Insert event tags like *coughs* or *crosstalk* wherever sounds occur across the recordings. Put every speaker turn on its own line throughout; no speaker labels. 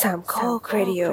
สามข้อครดิโอ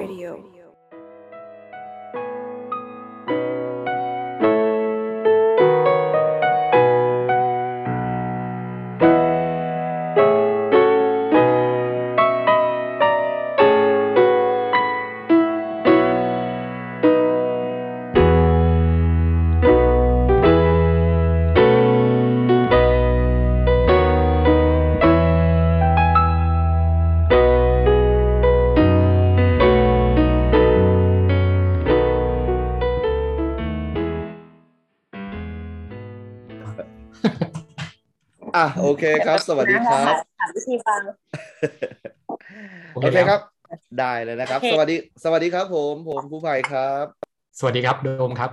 อ่ะโอเคครับ สวัสดีครับ
ถามวิธีฟัง
โอเคครับ ได้เลยนะครับ
โอเค
สวัสดี สวัสดีครับ ผมผมผู้ภัยครับ
สวัสดีครับโดมครับ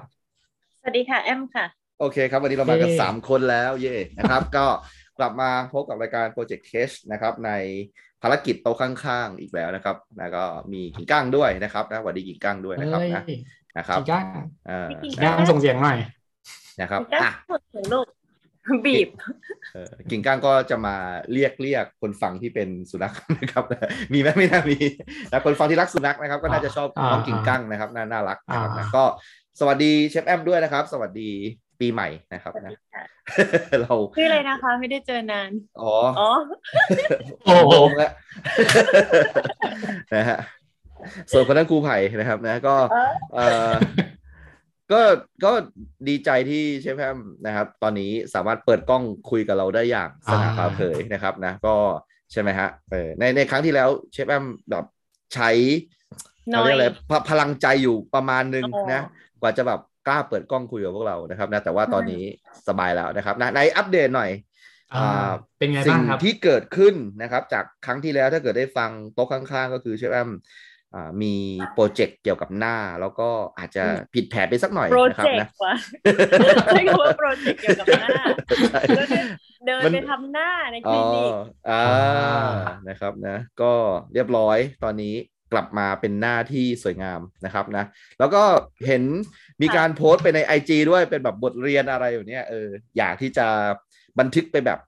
สวัสดีค่ะ แอมค่ะ
โอเคครับ วันนี้เรามากัน
เย้
สามคนแล้วเย่นะครับ ก็กลับมาพบกับรายการ Project Cash นะครับ ในภารกิจโต๊ะข้างๆ อีกแล้วนะครับแล้วก็มีกิ่งก้างด้วยนะครับนะสวัสดีกิ่งก้างด้วยนะครับ
เฮ้ย
นะ
จี
นะครับ
ก้าง
อ่า
กิ่ง
ก้า
ก้าง
งส่งเสียงหน่อย
นะครับ
ก็
อ่ะ
สุดของโลกบีบ
เอ่อกิ่งก้างก็จะมาเรียกเรียกคนฟังที่เป็นสุนัขนะครับ *laughs* มีไหมไม่น่ามีนะคนฟังที่รักสุนัขนะครับ ก็น่าจะชอบ
อ่า
น้องกิ่งก้างนะครับน่าน่ารักนะครับ
อ่า
นะก็สวัสดีเชฟแอมด้วยนะครับ สวัสดีปีใหม่นะครับนะ เรา
ชื่ออะไรนะคะ ไม่ได้เจอนาน
อ๋อ
อ๋อ
โอ้โห
งงแล้ว *laughs* นะฮะส่วนคนนั้นครูไผ่นะครับนะก็
เออ
เออ *laughs* ก็ก็ดีใจที่เชฟแฮมนะครับ ตอนนี้สามารถเปิดกล้องคุยกับเราได้อย่างสง่าผ่าเผยนะครับนะ ก็ใช่ไหมฮะเออในในครั้งที่แล้วเชฟแฮมแบบใช้
น้
เขา
อ
เรี
ย
ยกอะไรพพลังใจอยู่ประมาณหนึง
อ๋อ
นะ กว่าจะแบบกล้าเปิดกล้องคุยกับพวกเรานะครับนะแต่ว่าตอนนี้สบายแล้วนะครับนะในอัปเดตหน่อย
อ่า
อ่า
เป็นไง
สิ่
บ้าง
ง
ครับ
ที่เกิดขึ้นนะครับ จากครั้งที่แล้วถ้าเกิดได้ฟังโต๊ะข้างๆ ก็คือเชฟแอมอ่ามีโปรเจกต์เกี่ยวกับหน้า แล้วก็อาจจะผิดแผนไปสักหน่อย
โปร
นะครับ
เจก
นะ
ต์
*laughs*
ว่ะใช้คำว่าโปรเจกต์เกี่ยวกับหน้า
ใช่
ก็คือ
*laughs*
เดิน
มัน
ไปทำหน้าในค
อ๋
ลิ
อ
นิก
อ่า
อ่า
นะครับนะ ก็เรียบร้อยตอนนี้กลับมาเป็นหน้าที่สวยงามนะครับนะ แล้วก็เห็นมี
ค่ะ
การโพสต์ไปใน IG ด้วยเป็นแบบบทเรียนอะไรอยู่เนี่ยเอออยากที่จะบันทึกไปแบบ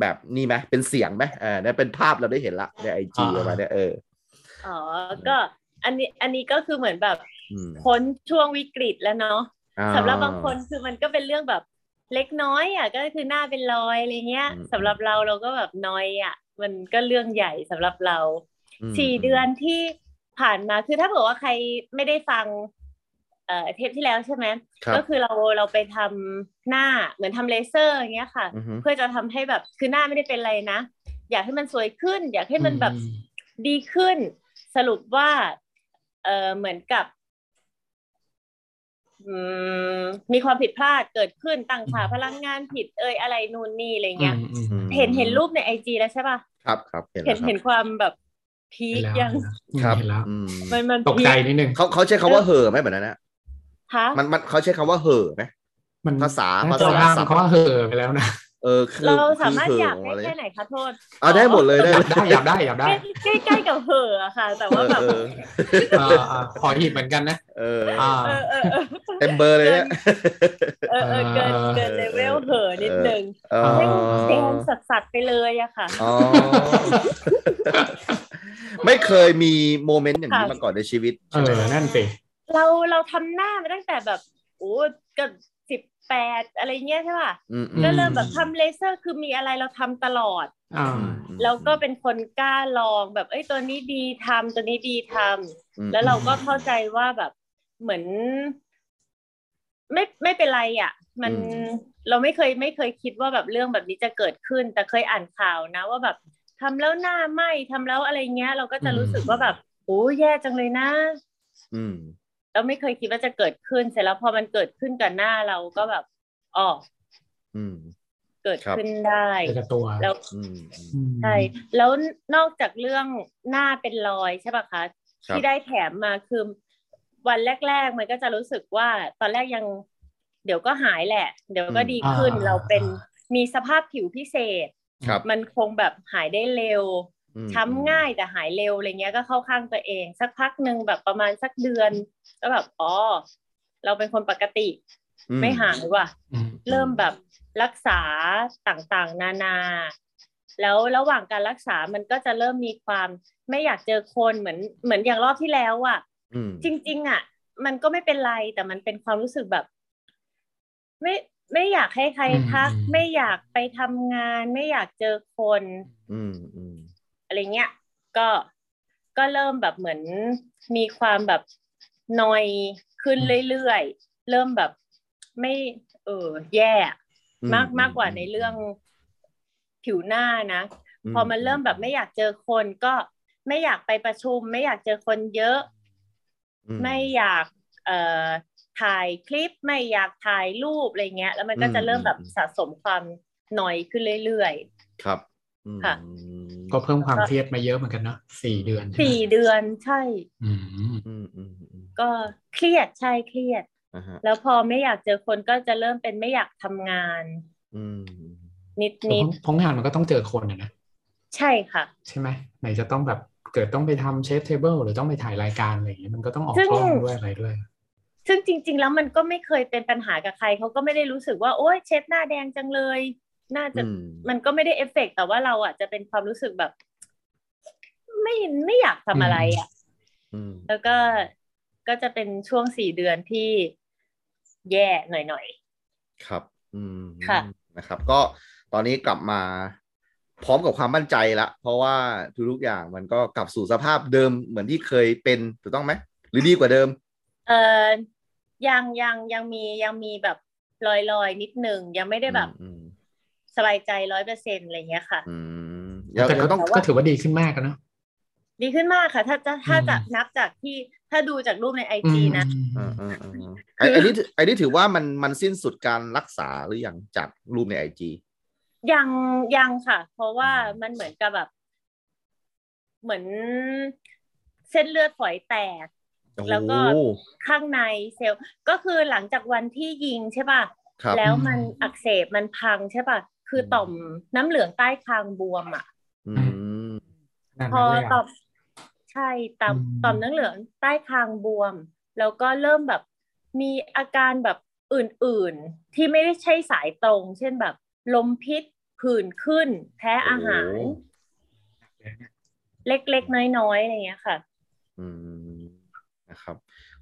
แบบนี่ไหมเป็นเสียงไหมเอ่าเป็นภาพเราได้เห็นละในไอจีประมาณเนี้ยเออ
อ๋อ ก็อันนี้อันนี้ก็คือเหมือนแบบ
อืม
พ้นช่วงวิกฤตแล้วเนาะ
อ่
สำหรับบางคนคือมันก็เป็นเรื่องแบบเล็กน้อยอ่ะก็คือหน้าเป็นรอยอะไรเงี้ย
อืม
สำหรับเราเราก็แบบน้อยอ่ะมันก็เรื่องใหญ่สำหรับเรา
อืม
สี่เดือนที่ผ่านมาคือถ้าเผื่อว่าใครไม่ได้ฟังเอ่อเทปที่แล้วใช่ไหม
ครับ
ก็คือเราเราไปทำหน้าเหมือนทำเลเซอร์อย่างเงี้ยค่ะ
อือฮึ
เพื่อจะทำให้แบบคือหน้าไม่ได้เป็นอะไรนะ อยากให้มันสวยขึ้น อยากให้มันแบบ
อืม
ดีขึ้นสรุปว่าเออเหมือนกับอืมมีความผิดพลาดเกิดขึ้นตั้งค่า
อืม
พลังงานผิดเอ่ยอะไรนู่นนี่อะไรเงี้ย
อืม
อืม
เห็นเห็นรูปในไอจีแล้วใช่ป่ะ
ครับครับเห็น
เห็
แล้ว
นเห็นความแบบพีคยัง
ครับ
เห็นแล้ว
อืม
มันมัน
ตก
พี
ใจ
ค
นิดนึง
เขาเขาใช้คำว่าเห่อไหมแบบนั้นนะ
ฮะ
มันมันเขาใช้คำว่าเห่อไหม
มัน
ภาษา
น่
ภา
จะ
ษา
ห้าม
ศัพท์
เขาว่าเห่อไปแล้วนะ
เออคือ
เราสามารถ
คื
อยาก
ห่
ได้
อะไร
แค่ไหนคะโทษ
เอาได้หมดเลยได้เลย
ได้อยากได้อยากได้
ใกล้ใกล้ๆกับเห่ออะค่ะ แต่ว่าแบบ
เออ
อ่าอ่าขอหยิบเหมือนกันนะ
เออ
อ่า
เออเออเออ
เต็มเบอร์เลยเนี่ย
เออเออเกินเกินเลเวลเห่อนิดนึง
เออ
ให้แดงสัดๆไปเลยอะค่ะ
อ๋อไม่เคยมีโมเมนต์อย่างนี้มาก่อนในชีวิต
เออนั่นสิ
เราเราทำหน้ามาตั้งแต่แบบโอ้เกับสิบแปดอะไรเงี้ยใช่ป่ะ
อืมอื
ก็
ม
เริ่มแบบทำเลเซอร์คือมีอะไรเราทำตลอด
อ่า
อืม
แล้วก็เป็นคนกล้าลองแบบเอ้ยตัวนี้ดีทำตัวนี้ดีทำ
อืม
แล้วเราก็เข้าใจว่าแบบเหมือน ไม่ไม่เป็นไรอ่ะ มันเราไม่เคยไม่เคยคิดว่าแบบเรื่องแบบนี้จะเกิดขึ้น แต่เคยอ่านข่าวนะ ว่าแบบทำแล้วหน้าไหมทำแล้วอะไรเงี้ย เราก็จะรู้สึกว่าแบบโอ้แย่จังเลยนะ
อืม
เราไม่เคยคิดว่าจะเกิดขึ้นเสร็จแล้วพอมันเกิดขึ้นกับหน้าเราก็แบบอ๋อ
อืม
เกิด
ครับ
ขึ้นได้
เจอกับตัว
แล้ว
อืม
ใช่แล้วนอกจากเรื่องหน้าเป็นรอยใช่ปะคะ
ครับ
ที่ได้แถมมาคือวันแรก ๆ มันก็จะรู้สึกว่า ตอนแรกยัง เดี๋ยวก็หายแหละ เดี๋ยวก็ดีขึ้นเราเป็นมีสภาพผิวพิเศษ
ครับ
มันคงแบบหายได้เร็ว
อืม
ช้ำง่ายแต่หายเร็วอะไรเงี้ยก็เข้าข้างตัวเอง สักพักหนึ่งแบบประมาณสักเดือน ก็แบบอ๋อเราเป็นคนปกติ
อืม
ไม่หายว่ะ
อืม
เริ่มแบบรักษาต่างๆ นานา แล้วระหว่างการรักษามันก็จะเริ่มมีความไม่อยากเจอคนเหมือนเหมือนอย่างรอบที่แล้วอ่ะ
อืม
จริง ๆ อ่ะ มันก็ไม่เป็นไรแต่มันเป็นความรู้สึกแบบ ไม่ไม่อยากให้ใคร
อืม
ทัก
อืม
ไม่อยากไปทำงาน ไม่อยากเจอคน
อืมอืม
อะไรเงี้ย ก็ก็เริ่มแบบเหมือนมีความแบบนอยขึ้นเรื่อยๆ เริ่มแบบไม่ เออแย่อะ
อื
มากมากกว่าในเรื่องผิวหน้านะ พอมันเริ่มแบบไม่อยากเจอคน ก็ไม่อยากไปประชุม ไม่อยากเจอคนเยอะ
อื
ไม่อยากเอ่อถ่ายคลิปไม่อยากถ่ายรูปอะไรเงี้ย แล้วมันก็
อืม
จะเริ่มแบบ
อืม
สะสมความหน่อยขึ้นเรื่อย
ครับอืม
ค่ะ
ก็เพิ่มความเครียดมาเยอะเหมือนกันเนาะสี่เดือน
ๆ
ใช่ไหม
สี่เดือนใช่
อืม
อืมอืมอืม
ก็เครียดใช่เครียด
อ่าฮะ
แล้วพอไม่อยากเจอคนก็จะเริ่มเป็นไม่อยากทำงาน
อืม
นิด
เพ
นิด
ราะเพราะงานมันก็ต้องเจอคนอะนะ
ใช่ค่ะ
ใช่ไหมไหนจะต้องแบบเกิดต้องไปทำเชฟเทเบิลหรือต้องไปถ่ายรายการอะไรอย่างเงี้ยมันก็ต้องออก
ซึ่ง
กล้องด้วยอะไรด้วย
ซึ่งจริง ๆ แล้วมันก็ไม่เคยเป็นปัญหากับใครเขาก็ไม่ได้รู้สึกว่า โอ๊ยเช็ดหน้าแดงจังเลย น่าจะ
อืม
มันก็ไม่ได้เอฟเฟกต์แต่ว่าเราอ่ะจะเป็นความรู้สึกแบบ ไม่ไม่อยากทำอะไรอ่ะ
อืม
แล้วก็ก็จะเป็นช่วงสี่เดือนที่แย่หน่อย
ครับ อืม
ค่ะ
นะครับ ก็ตอนนี้กลับมาพร้อมกับความมั่นใจละ เพราะว่าทุกๆอย่างมันก็กลับสู่สภาพเดิมเหมือนที่เคยเป็นถูกต้องไหม หรือดีกว่าเดิม
ๆ เออยังยังยังมียังมีแบบลอยลอยๆนิดหนึ่งยังไม่ได้แบบ
อืม
สบายใจร้อยเปอร์เซ็นต์อะไรเงี้ยค่ะ
อืมแล้ว
แต่ก็
ก็
ต้
ต้
อ
อง ง
ก็ถือว่าดีขึ้นมากอะเนาะ
ดีขึ้นมากค่ะ ถ้าจะถ้า
อืม
จะนับจากที่ถ้าดูจากรูปในไอจีนะ
อื
อ่าม อ่าอ่าอ่าไอ้ไอ้นี่ถือไอ้นี่ถือว่ามันมันสิ้นสุดการรักษาหรือยังจากรูปในไอจี
ยังยังค่ะ เพราะว่า
อืม
มันเหมือนกับแบบ เหมือนเส้นเลือดฝอยแตก
โอ้โห
แล้วก็ข้างในเซลล์ก็คือหลังจากวันที่ยิงใช่ป่ะ
ครับ
แล้วมันอักเสบมันพังใช่ป่ะ คือ
ม
ต่อมน้ำเหลืองใต้คางบวมอ่ะ
อืม
ขนาด
พ
นั้
อน
เลย
ต่อ
อะ
มใช่ต่อม
อืม
ต่อมน้ำเหลืองใต้คางบวม แล้วก็เริ่มแบบมีอาการแบบอื่นๆ ที่ไม่ได้ใช่สายตรง เช่นแบบ ลมพิษผื่นขึ้น แพ้อาหาร
โอ้
เล็กๆ น้อยๆอะไรอย่างเงี้ยค่ะ
อืมนะครับ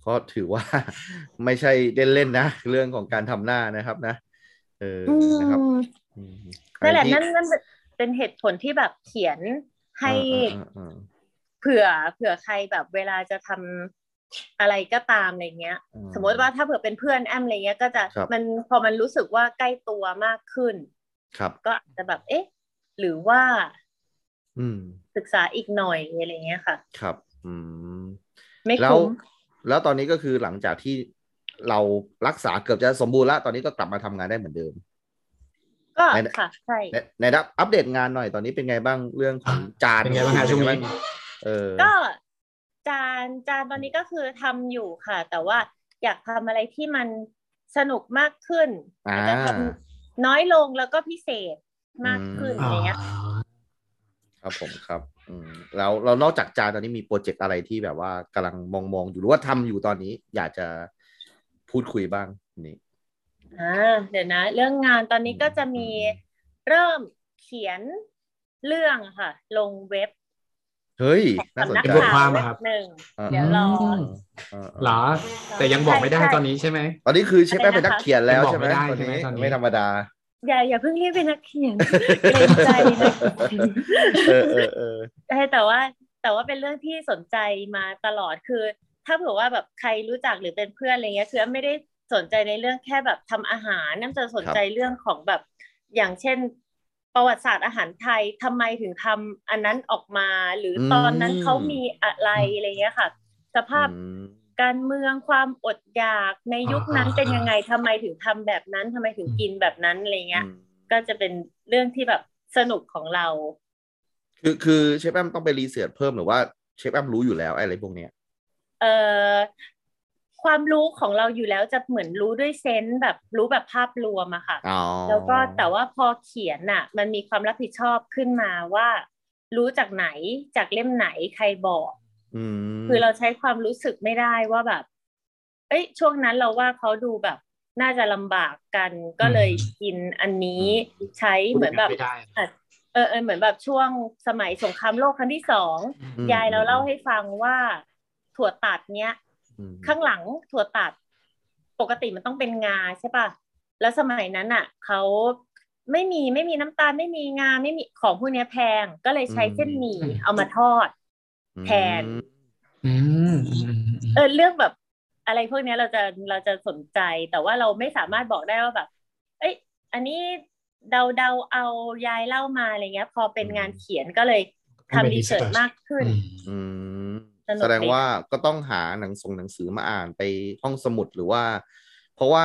ก็ถือว่า *laughs* ไม่ใช่เล่นๆนะ เรื่องของการทำหน้านะครับนะ เออ
อื
นะครับ
ม
อืม
นั่นแหละ
ใครที่
นั่นนั่นเป็นเหตุผลที่แบบเขียนให้
อ่าอ่าอ่า
เผื่อเผื่อใครแบบเวลาจะทำอะไรก็ตามอะไรเงี้ย
อ่
สมมติว่าถ้าเผื่อเป็นเพื่อนแอมอะไรเงี้ย ก็จะ
ครับ
มันพอมันรู้สึกว่าใกล้ตัวมากขึ้น
ครับ
ก็อาจจะแบบเอ๊ะ หรือว่า
อืม
ศึกษาอีกหน่อยอะไรเงี้ยค่ะ
ครับ อืม
ไม่
แล้ว
คุ้ม
แล้วตอนนี้ก็คือหลังจากที่เรารักษาเกือบจะสมบูรณ์แล้ว ตอนนี้ก็กลับมาทำงานได้เหมือนเดิม
ก็
ไหนนะ
ค่ะใช่
ในในดับอัปเดตงานหน่อยตอนนี้เป็นไงบ้างเรื่องของจาน
เป็นไงบ้างฮะช่วงนี้
เออ
ก็จานจานตอนนี้ก็คือทำอยู่ค่ะ แต่ว่าอยากทำอะไรที่มันสนุกมากขึ้น
อ่า
จะทำน้อยลงแล้วก็พิเศษมากขึ้น
อืม
อะไรเงี้ย
อ๋อ
ครับผมครับอืมแล้วเรานอกจากจานตอนนี้มีโปรเจกต์อะไรที่แบบว่ากำลังมองมองอยู่หรือว่าทำอยู่ตอนนี้ อยากจะพูดคุยบ้างนี่
อ่าเดี๋ยวนะ เรื่องงานตอนนี้ก็จะมี
อืม
เริ่มเขียนเรื่องค่ะ ลงเว็บ
เฮ้ยน่าสน
สำนัก
ใจ
เป็นบทค
ข่าว
มเหร
เว็
อครับ
บหนึ่ง
อ่า
เดี๋ยวรอ
อ่า
เหรอ แต่ยังบอกไม่ได้
ใช่ใช่
ตอนนี้ใช่ไหม
ตอนนี้คือเชฟแป้งเป็นนักเขียนแล้ว
ยังบอก
ใช่ไหม
ไม่ได้
ตอน
ใช่ไหม
นี้
ตอนนี้
ไม่ธรรมดา
อย่าอย่าเพิ่งรีบ *laughs* เป็นนักเขียน เกรงใจนะ
*laughs*
เออเออเออ
ใช่แต่ว่าแต่ว่าเป็นเรื่องที่สนใจมาตลอดคือ ถ้าเผื่อว่าแบบใครรู้จักหรือเป็นเพื่อนอะไรเงี้ยคืออ้ำไม่ได้สนใจในเรื่องแค่แบบทำอาหารน้ำจะสนใจเรื่องของแบบ อย่างเช่น ประวัติศาสตร์อาหารไทยทำไมถึงทำอันนั้นออกมา หรืออ
ม
ตอนนั้นเขามีอะไรอะไรเงี้ยค่ะ สภาพ
อืม
การเมืองความอดอยากในยุคนั้น
อ่า
เป็นยังไงทำไมถึงทำแบบนั้นทำไมถึง
อืม
กินแบบนั้นอะไรเงี้ย ก็จะเป็นเรื่องที่แบบสนุกของเรา
คือคือเชฟแอมต้องไปรีเสิร์ชเพิ่มหรือว่าเชฟแอมรู้อยู่แล้วไออะไรพวกเนี้ย
เอ่อความรู้ของเราอยู่แล้วจะเหมือนรู้ด้วยเซนส์แบบรู้แบบภาพรวมอะค่ะ
อ๋อ
แล้วก็แต่ว่าพอเขียนน่ะ มันมีความรับผิดชอบขึ้นมาว่า รู้จากไหนจากเล่มไหนใครบอก
อืม
คือเราใช้ความรู้สึกไม่ได้ว่าแบบ เอ้ย ช่วงนั้นเราว่าเขาดูแบบ น่าจะลำบากกันก็เลยกินอันนี้ใช้เหมือนแบบ
ไม่ได้
อาจ เออเออเหมือนแบบช่วงสมัยสงครามโลกครั้งที่สอง
อืม
ยายเราเล่าให้ฟังว่าถั่วตัดเนี้ย
อืม
ข้างหลังถั่วตัด ปกติมันต้องเป็นงาใช่ปะแล้วสมัยนั้นอ่ะเขาไม่มีไม่มีน้ำตาลไม่มีงาไม่มีของพวกเนี้ยแพงก็เลยใช้
อืม
เส้นหมี่เอามาทอด แทน
อืมอืมอืม
เออเรื่องแบบอะไรพวกเนี้ยเราจะเราจะสนใจแต่ว่าเราไม่สามารถบอกได้ว่าแบบ เอ้ยอันนี้เดาเดาเอายายเล่ามาอะไรเงี้ย พอเป็นงานเขียนก็เลย
ต้องไป
ทำดีเสิร์ช
research
มากขึ้น
อืม
อืม
สนุกดี
แสดงว่าก็ต้องหาหนังส่งหนังสือมาอ่านไปห้องสมุดหรือว่า เพราะว่า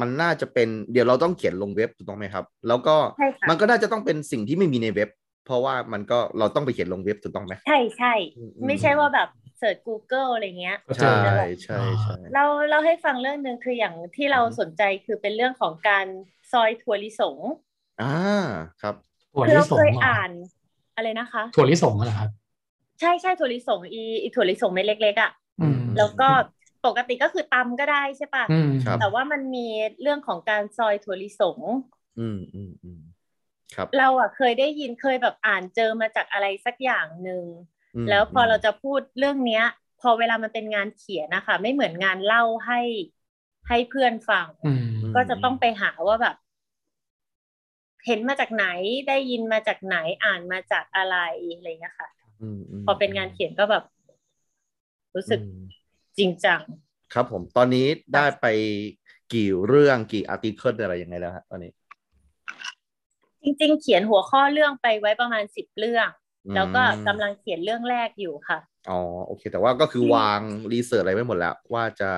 มันน่าจะเป็นเดี๋ยวเราต้องเขียนลงเว็บถูกต้องไหมครับ แล้วก็
ใช่ค่ะ
มันก็น่าจะต้องเป็นสิ่งที่ไม่มีในเว็บ เพราะว่ามันก็เราต้องไปเขียนลงเว็บถูกต้องไหม
ใช่ใช่
อืม
ไม่ใช่ว่าแบบเสิร์ช Google อะไรเงี้ย
ก็เจ
ใช่
อ
ใช่ใช่
เราเล่าให้ฟังเรื่องหนึ่งคืออย่างที่เรา
อือฮึ
สนใจคือเป็นเรื่องของการซอยถั่วลิสง
อ่าครับ
ถั่ว
คือ
ลิ
เรา
สง
เคย
เหรอ
อ่านอะไรนะคะ
ถั่วลิสงเหรอครับ
ใช่ใช่ถั่วลิสงอีอีถั่วลิสงเม็ดเล็กๆอ่ะ
อืม
แล้วก็ปกติก็คือตำก็ได้ใช่ปะ
อืม
ครับ
แต่ว่ามันมีเรื่องของการซอยถั่วลิสง
อืมอืมอืมครับ
เราอ่ะเคยได้ยินเคยแบบอ่านเจอมาจากอะไรสักอย่างหนึ่ง
ม
แล้วพอเราจะพูดเรื่องเนี้ย พอเวลามันเป็นงานเขียนนะคะไม่เหมือนงานเล่าให้ให้เพื่อนฟัง
อืม
ก็จะต้องไปหาว่าแบบ เห็นมาจากไหนได้ยินมาจากไหนอ่านมาจากอะไรอะไรเงี้ยค่ะ
อืมม
พอเป็นงานเขียนก็แบบ รู้สึก
อืม
จริงจัง
ครับผมตอนนี้ได้ไปกี่เรื่องกี่อาร์ติเคิลอะไรยังไงแล้วฮะตอนนี้
จริง ๆ เขียนหัวข้อเรื่องไปไว้ประมาณสิบเรื่อง
อืม
แล้วก็กำลังเขียนเรื่องแรกอยู่ค่ะ
อ๋อโอเค แต่ว่าก็คือวางรีเสิร์ชอะไรไว้หมดแล้ว ว่าจะ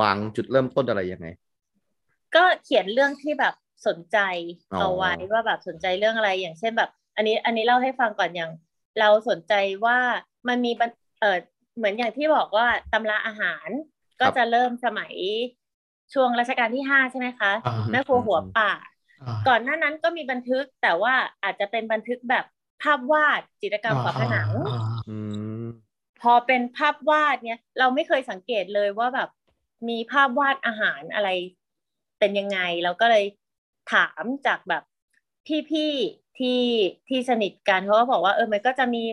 วางจุดเริ่มต้นอะไรยังไง
ก็เขียนเรื่องที่แบบสนใจ
อ๋อ
เอาไว้ว่าแบบสนใจเรื่องอะไรอย่างเช่นแบบ อันนี้อันนี้เล่าให้ฟังก่อนอย่าง เราสนใจว่ามันมีบันเออเหมือนอย่างที่บอกว่าตำราอาหารก็จะเริ่มสมัยช่วงรัชกาลที่ห้าใช่ไหมคะ
อ่า
แม่ครัวหัวป่า
อ่า
ก่อนหน้านั้นก็มีบันทึกแต่ว่าอาจจะเป็นบันทึกแบบภาพวาดจิตรกรรมฝาผนัง
อ่า
อืม
พอเป็นภาพวาดเนี่ย เราไม่เคยสังเกตเลยว่าแบบมีภาพวาดอาหารอะไรเป็นยังไงเราก็เลยถามจากแบบพี่ๆที่ที่สนิทกันเขาก็บอกว่าเออมันก็จะมี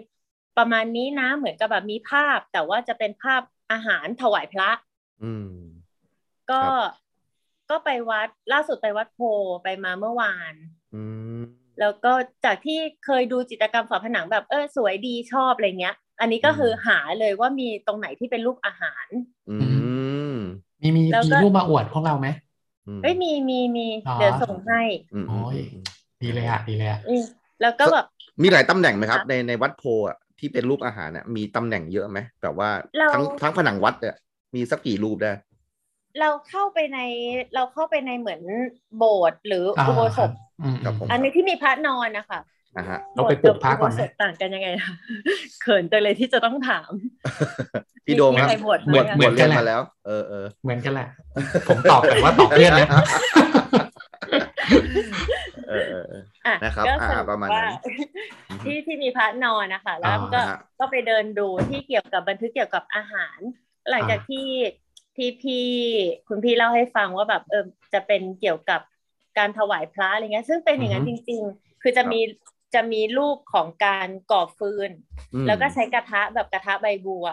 ประมาณนี้นะ เหมือนกับแบบมีภาพ แต่ว่าจะเป็นภาพอาหารถวายพระ
อืม
ก็
ครับ
ก็ไปวัดล่าสุดไปวัดโพไปมาเมื่อวาน
อืม
แล้วก็จากที่เคยดูจิตรกรรมฝาผนังแบบเออสวยดีชอบอะไรเงี้ย อันนี้ก็คือหาเลยว่ามีตรงไหนที่เป็นรูปอาหาร
อืม
มีมี
แล้ว
มี
ก็
รูปมาอวดพวกเราไหม
อื
เอ้ยมีมีมี
อ๋อ
เดี๋ยวส่งให้
อืม
โอ้ย
อืม
ดีเลยอ่ะดีเลยอ่ะ
อืมแล้วก็แบบ
มีหลายตำแหน่งไหมครับ ในในวัดโพอ่ะที่เป็นรูปอาหารเนี่ยมีตำแหน่งเยอะไหมแบบว่าทั้งทั้งผนังวัดเนี่ยมีสักกี่รูปได้
เราเข้าไปในเราเข้าไปในเหมือนโบสถ์หรืออุโบสถ
อืม
ครับผม
อันนี้ที่มีพระนอนนะคะ
อ่ะฮะ
เราไปปลุกพระก่อนไหม
โบสถ์ต่างกันยังไงนะ *laughs* เขินจังเลยที่จะต้องถาม
พี่โดมครับ
มีใครบวชไหม
บวชบวชเรียนมาแล้ว เออเออ
เหมือนกันแหละ ผมตอบแบบว่าตอบเพื่อนนะ
เออเออเออ
อ่ะ
นะครับ
ก็
อ่า
สรุป
ประมาณ
ว่า
นั้น
ที่ที่มีพระนอนนะคะแล้วก็
นะฮะ
ก็ไปเดินดูที่เกี่ยวกับบันทึกเกี่ยวกับอาหาร หลังจากที่ที่พี่คุณพี่เล่าให้ฟังว่าแบบเออจะเป็นเกี่ยวกับการถวายพระอะไรเงี้ย ซึ่งเป็นอย่างนั้นจ
อือฮึ
ริง ๆ คือจะมีจะมีรูปของการก่อฟืน
อืม
แล้วก็ใช้กระทะแบบกระทะใบบัว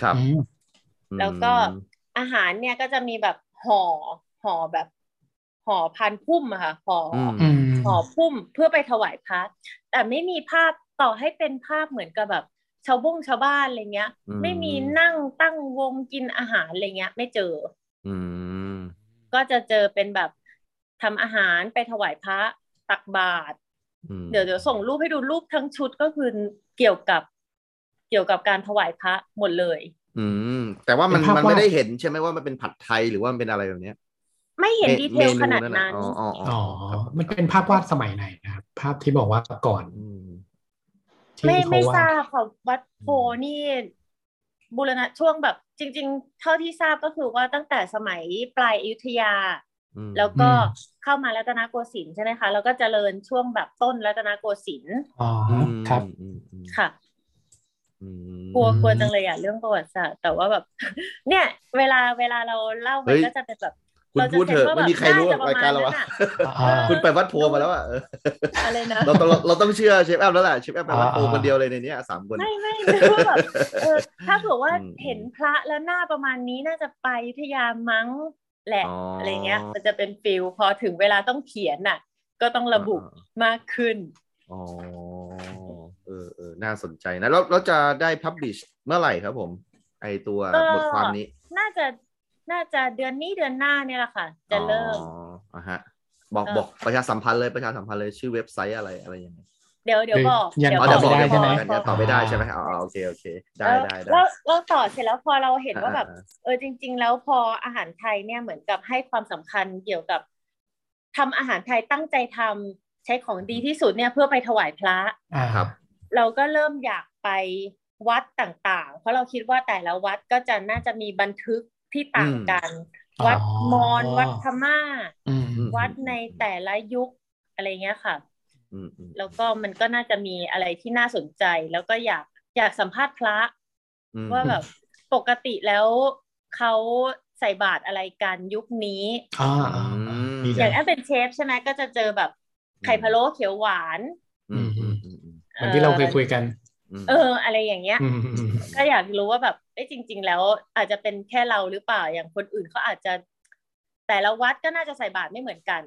ครับ
อืม
แล้วก็ อาหารเนี่ยก็จะมีแบบห่อห่อแบบห่อพันพุ่มอะค่ะห่ออ
อืม
อืม
ห่อพุ่มเพื่อไปถวายพระแต่ไม่มีภาพต่อให้เป็นภาพเหมือนกับแบบชาวบงชาวบ้านอะไรเงี้ย
อื
ไม่มีนั่งตั้งวงกินอาหารอะไรเงี้ย ไม่เจอ
อืม
ก็จะเจอเป็นแบบทำอาหารไปถวายพระตักบาตร
อืม
เดี๋ยวเดี๋ยวส่งรูปให้ดูรูปทั้งชุดก็คือเกี่ยวกับเกี่ยวกับการถวายพระหมดเลย
อืมแต่ว่ามันมันไม่ได้เห็นใช่ไหมว่ามันเป็นผัดไทยหรือว่ามันเป็นอะไรแบบเนี้ย
ไม่เห็นดีเทลขนาด
ะ
นั้น
อ๋ออ๋ออ๋
อ๋
อ
อ มันเป็นภาพวาดสมัยไหนนะครับ ภาพที่บอกว่าก่อน
อืม
ที่
ไม่
เขา
ไม่ท
วา
รา
ด
บค่ะวัดโพนี่บูรณะช่วงแบบ จริง ๆ เท่าที่ทราบก็คือว่าตั้งแต่สมัยปลายอยุธยา
อืม
แล้วก็เข้ามารัตนโกสินทร์ใช่ไหมคะแล้วก็เจริญช่วงแบบต้นรัตนโกสินทร์
อ๋อ
อืม
ครับ
อืมอืม
ค่ะ
อืม
กลัว
อืม
กลัวจั *laughs* งเลยอ่ะเรื่องประวัติศาสตร์แต่ว่าแบบ เนี่ย เวลาเวลาเราเล่าไป
เฮ้ย
ก็จะเป็นแบบ
คุณพูดเถอะ
าจ
ไม่มีใครรู้หรอก
ว่
รายการเราอะ
น่จะปมณนั้น
อ่า
*laughs* คุณไปวัดโพมาแล้วอะเออ
อะไรนะ
เราต้องเราต้องเชื่อเชฟแอมแล้วแหละเชฟแอมไปวัดโพ
อ่า
คนเดียวเลยในเนี้ยสามคน
ไม่ไม่นึกว่าแบบเออถ้าเผื่อว่า
อืม
เห็นพระแล้วหน้าประมาณนี้น่าจะไปอยุทยามั้งแหละ อะไรเงี้ย มันจะเป็นฟิลพอถึงเวลาต้องเขียนน่ะ ก็ต้องระบุมากขึ้น
อ๋อเออเออน่าสนใจนะแล้วเราจะได้พับบิชเมื่อไหร่ครับผม ไอตัว
ก็
บทความนี้
น่าจะน่าจะเดือนนี้เดือนหน้าเนี่ยแหละค่ะ จะเริ่ม
อ๋ออ่ะฮะ บอก
เออ
บอกประชาสัมพันธ์เลยประชาสัมพันธ์เลยชื่อเว็บไซต์อะไรอะไรยังไง
เดี๋ยวเดี๋ยว
คือ
บอก
ยัง
อ๋อ
ต
เดี๋ยว
บ
บอก
ไม่ได้
เดี๋ยวบอกกั
ใช่ไหม
นเดี๋ยวตอบไม่ได้ใช่ไหมอ๋อโอเคโอเค ได้ได้ได้
แล้วเราต่อเสร็จแล้วพอเราเห็นว่าแบบ
อ่
เออจริง ๆ แล้วพออาหารไทยเนี่ยเหมือนกับให้ความสำคัญเกี่ยวกับทำอาหารไทยตั้งใจทำใช้ของดีที่สุดเนี่ยเพื่อไปถวายพระ
อ่า
ครับ
เราก็เริ่มอยากไปวัดต่างๆ เพราะเราคิดว่าแต่ละวัดก็จะน่าจะมีบันทึกที่ต่างกัน วัดมอญวัดพม่า
อืมอืม
วัดในแต่ละยุคอะไรเงี้ยค่ะ
อืมอืม
แล้วก็มันก็น่าจะมีอะไรที่น่าสนใจ แล้วก็อยากอยากสัมภาษณ์พระ
อืม
ว่าแบบปกติแล้วเขาใส่บาตรอะไรกันยุคนี้
อ่าอ่า
อืม
ดี
อ
จั
ย่าง งแอปเป็นเชฟใช่ไหมก็จะเจอแบบไข่พะโล้เขียวหวาน
อืมอืมอืมอืม
เหมือนที่เราเคยคุยกัน
อืม
เอออะไรอย่างเงี้ย
มอืม
ก็อยากรู้ว่าแบบเอ้ยจริง ๆ แล้วอาจจะเป็นแค่เราหรือเปล่าอย่างคนอื่นเขาอาจจะ แต่ละวัดก็น่าจะใส่บาตรไม่เหมือนกัน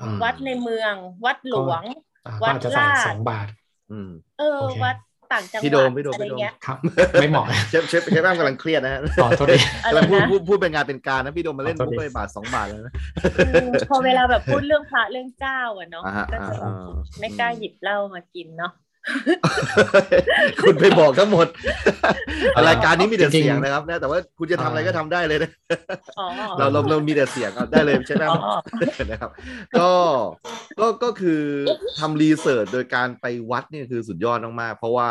อืม
วัดในเมือง วัดหลวง
อ่า
วั
ก็
ด
อาจจะใส่
ลาด
สองบาท
อืม
เออ
โอเค
วัดต่างจังห
พี่โด
วั
มพี่โดม
อะไร
พี่โดม
เงี้ย
ครับ ไม่เหมาะ
เชฟเชฟเชฟแอมกำลังเครียดนะฮะ
ต่อโทษดี
กำลังพูด
อะไรนะ
พูดพูดเป็นงานเป็นการนะพี่โดมมาเล่น
ขอโทษ
มุก
ดิ
ไปบาทสองบาทแล้วนะ
อืมพอเวลาแบบพูดเรื่องพระเรื่องเจ้าอะเนาะ
อ่าฮะ
ก็จะ
อ่าอ่า
ไม่กล้าหยิบเหล้ามากินเนาะ
*laughs* คุณไปบอกทั้งหมด
เออ
รายการนี้มีแต่
จริงๆ
เสียงนะครับนะแต่ว่าคุณจะทำอะไร
เออ
ก็ทำได้เลยนะ
อ๋อ
เราเราเรามีแต่เสียงอ่ะได้เลยเชฟแอม
อ๋อ
*laughs* นะครับ ก็ก็ก็คือทำรีเสิร์ชโดยการไปวัดเนี่ยคือสุดยอดมากๆเพราะว่า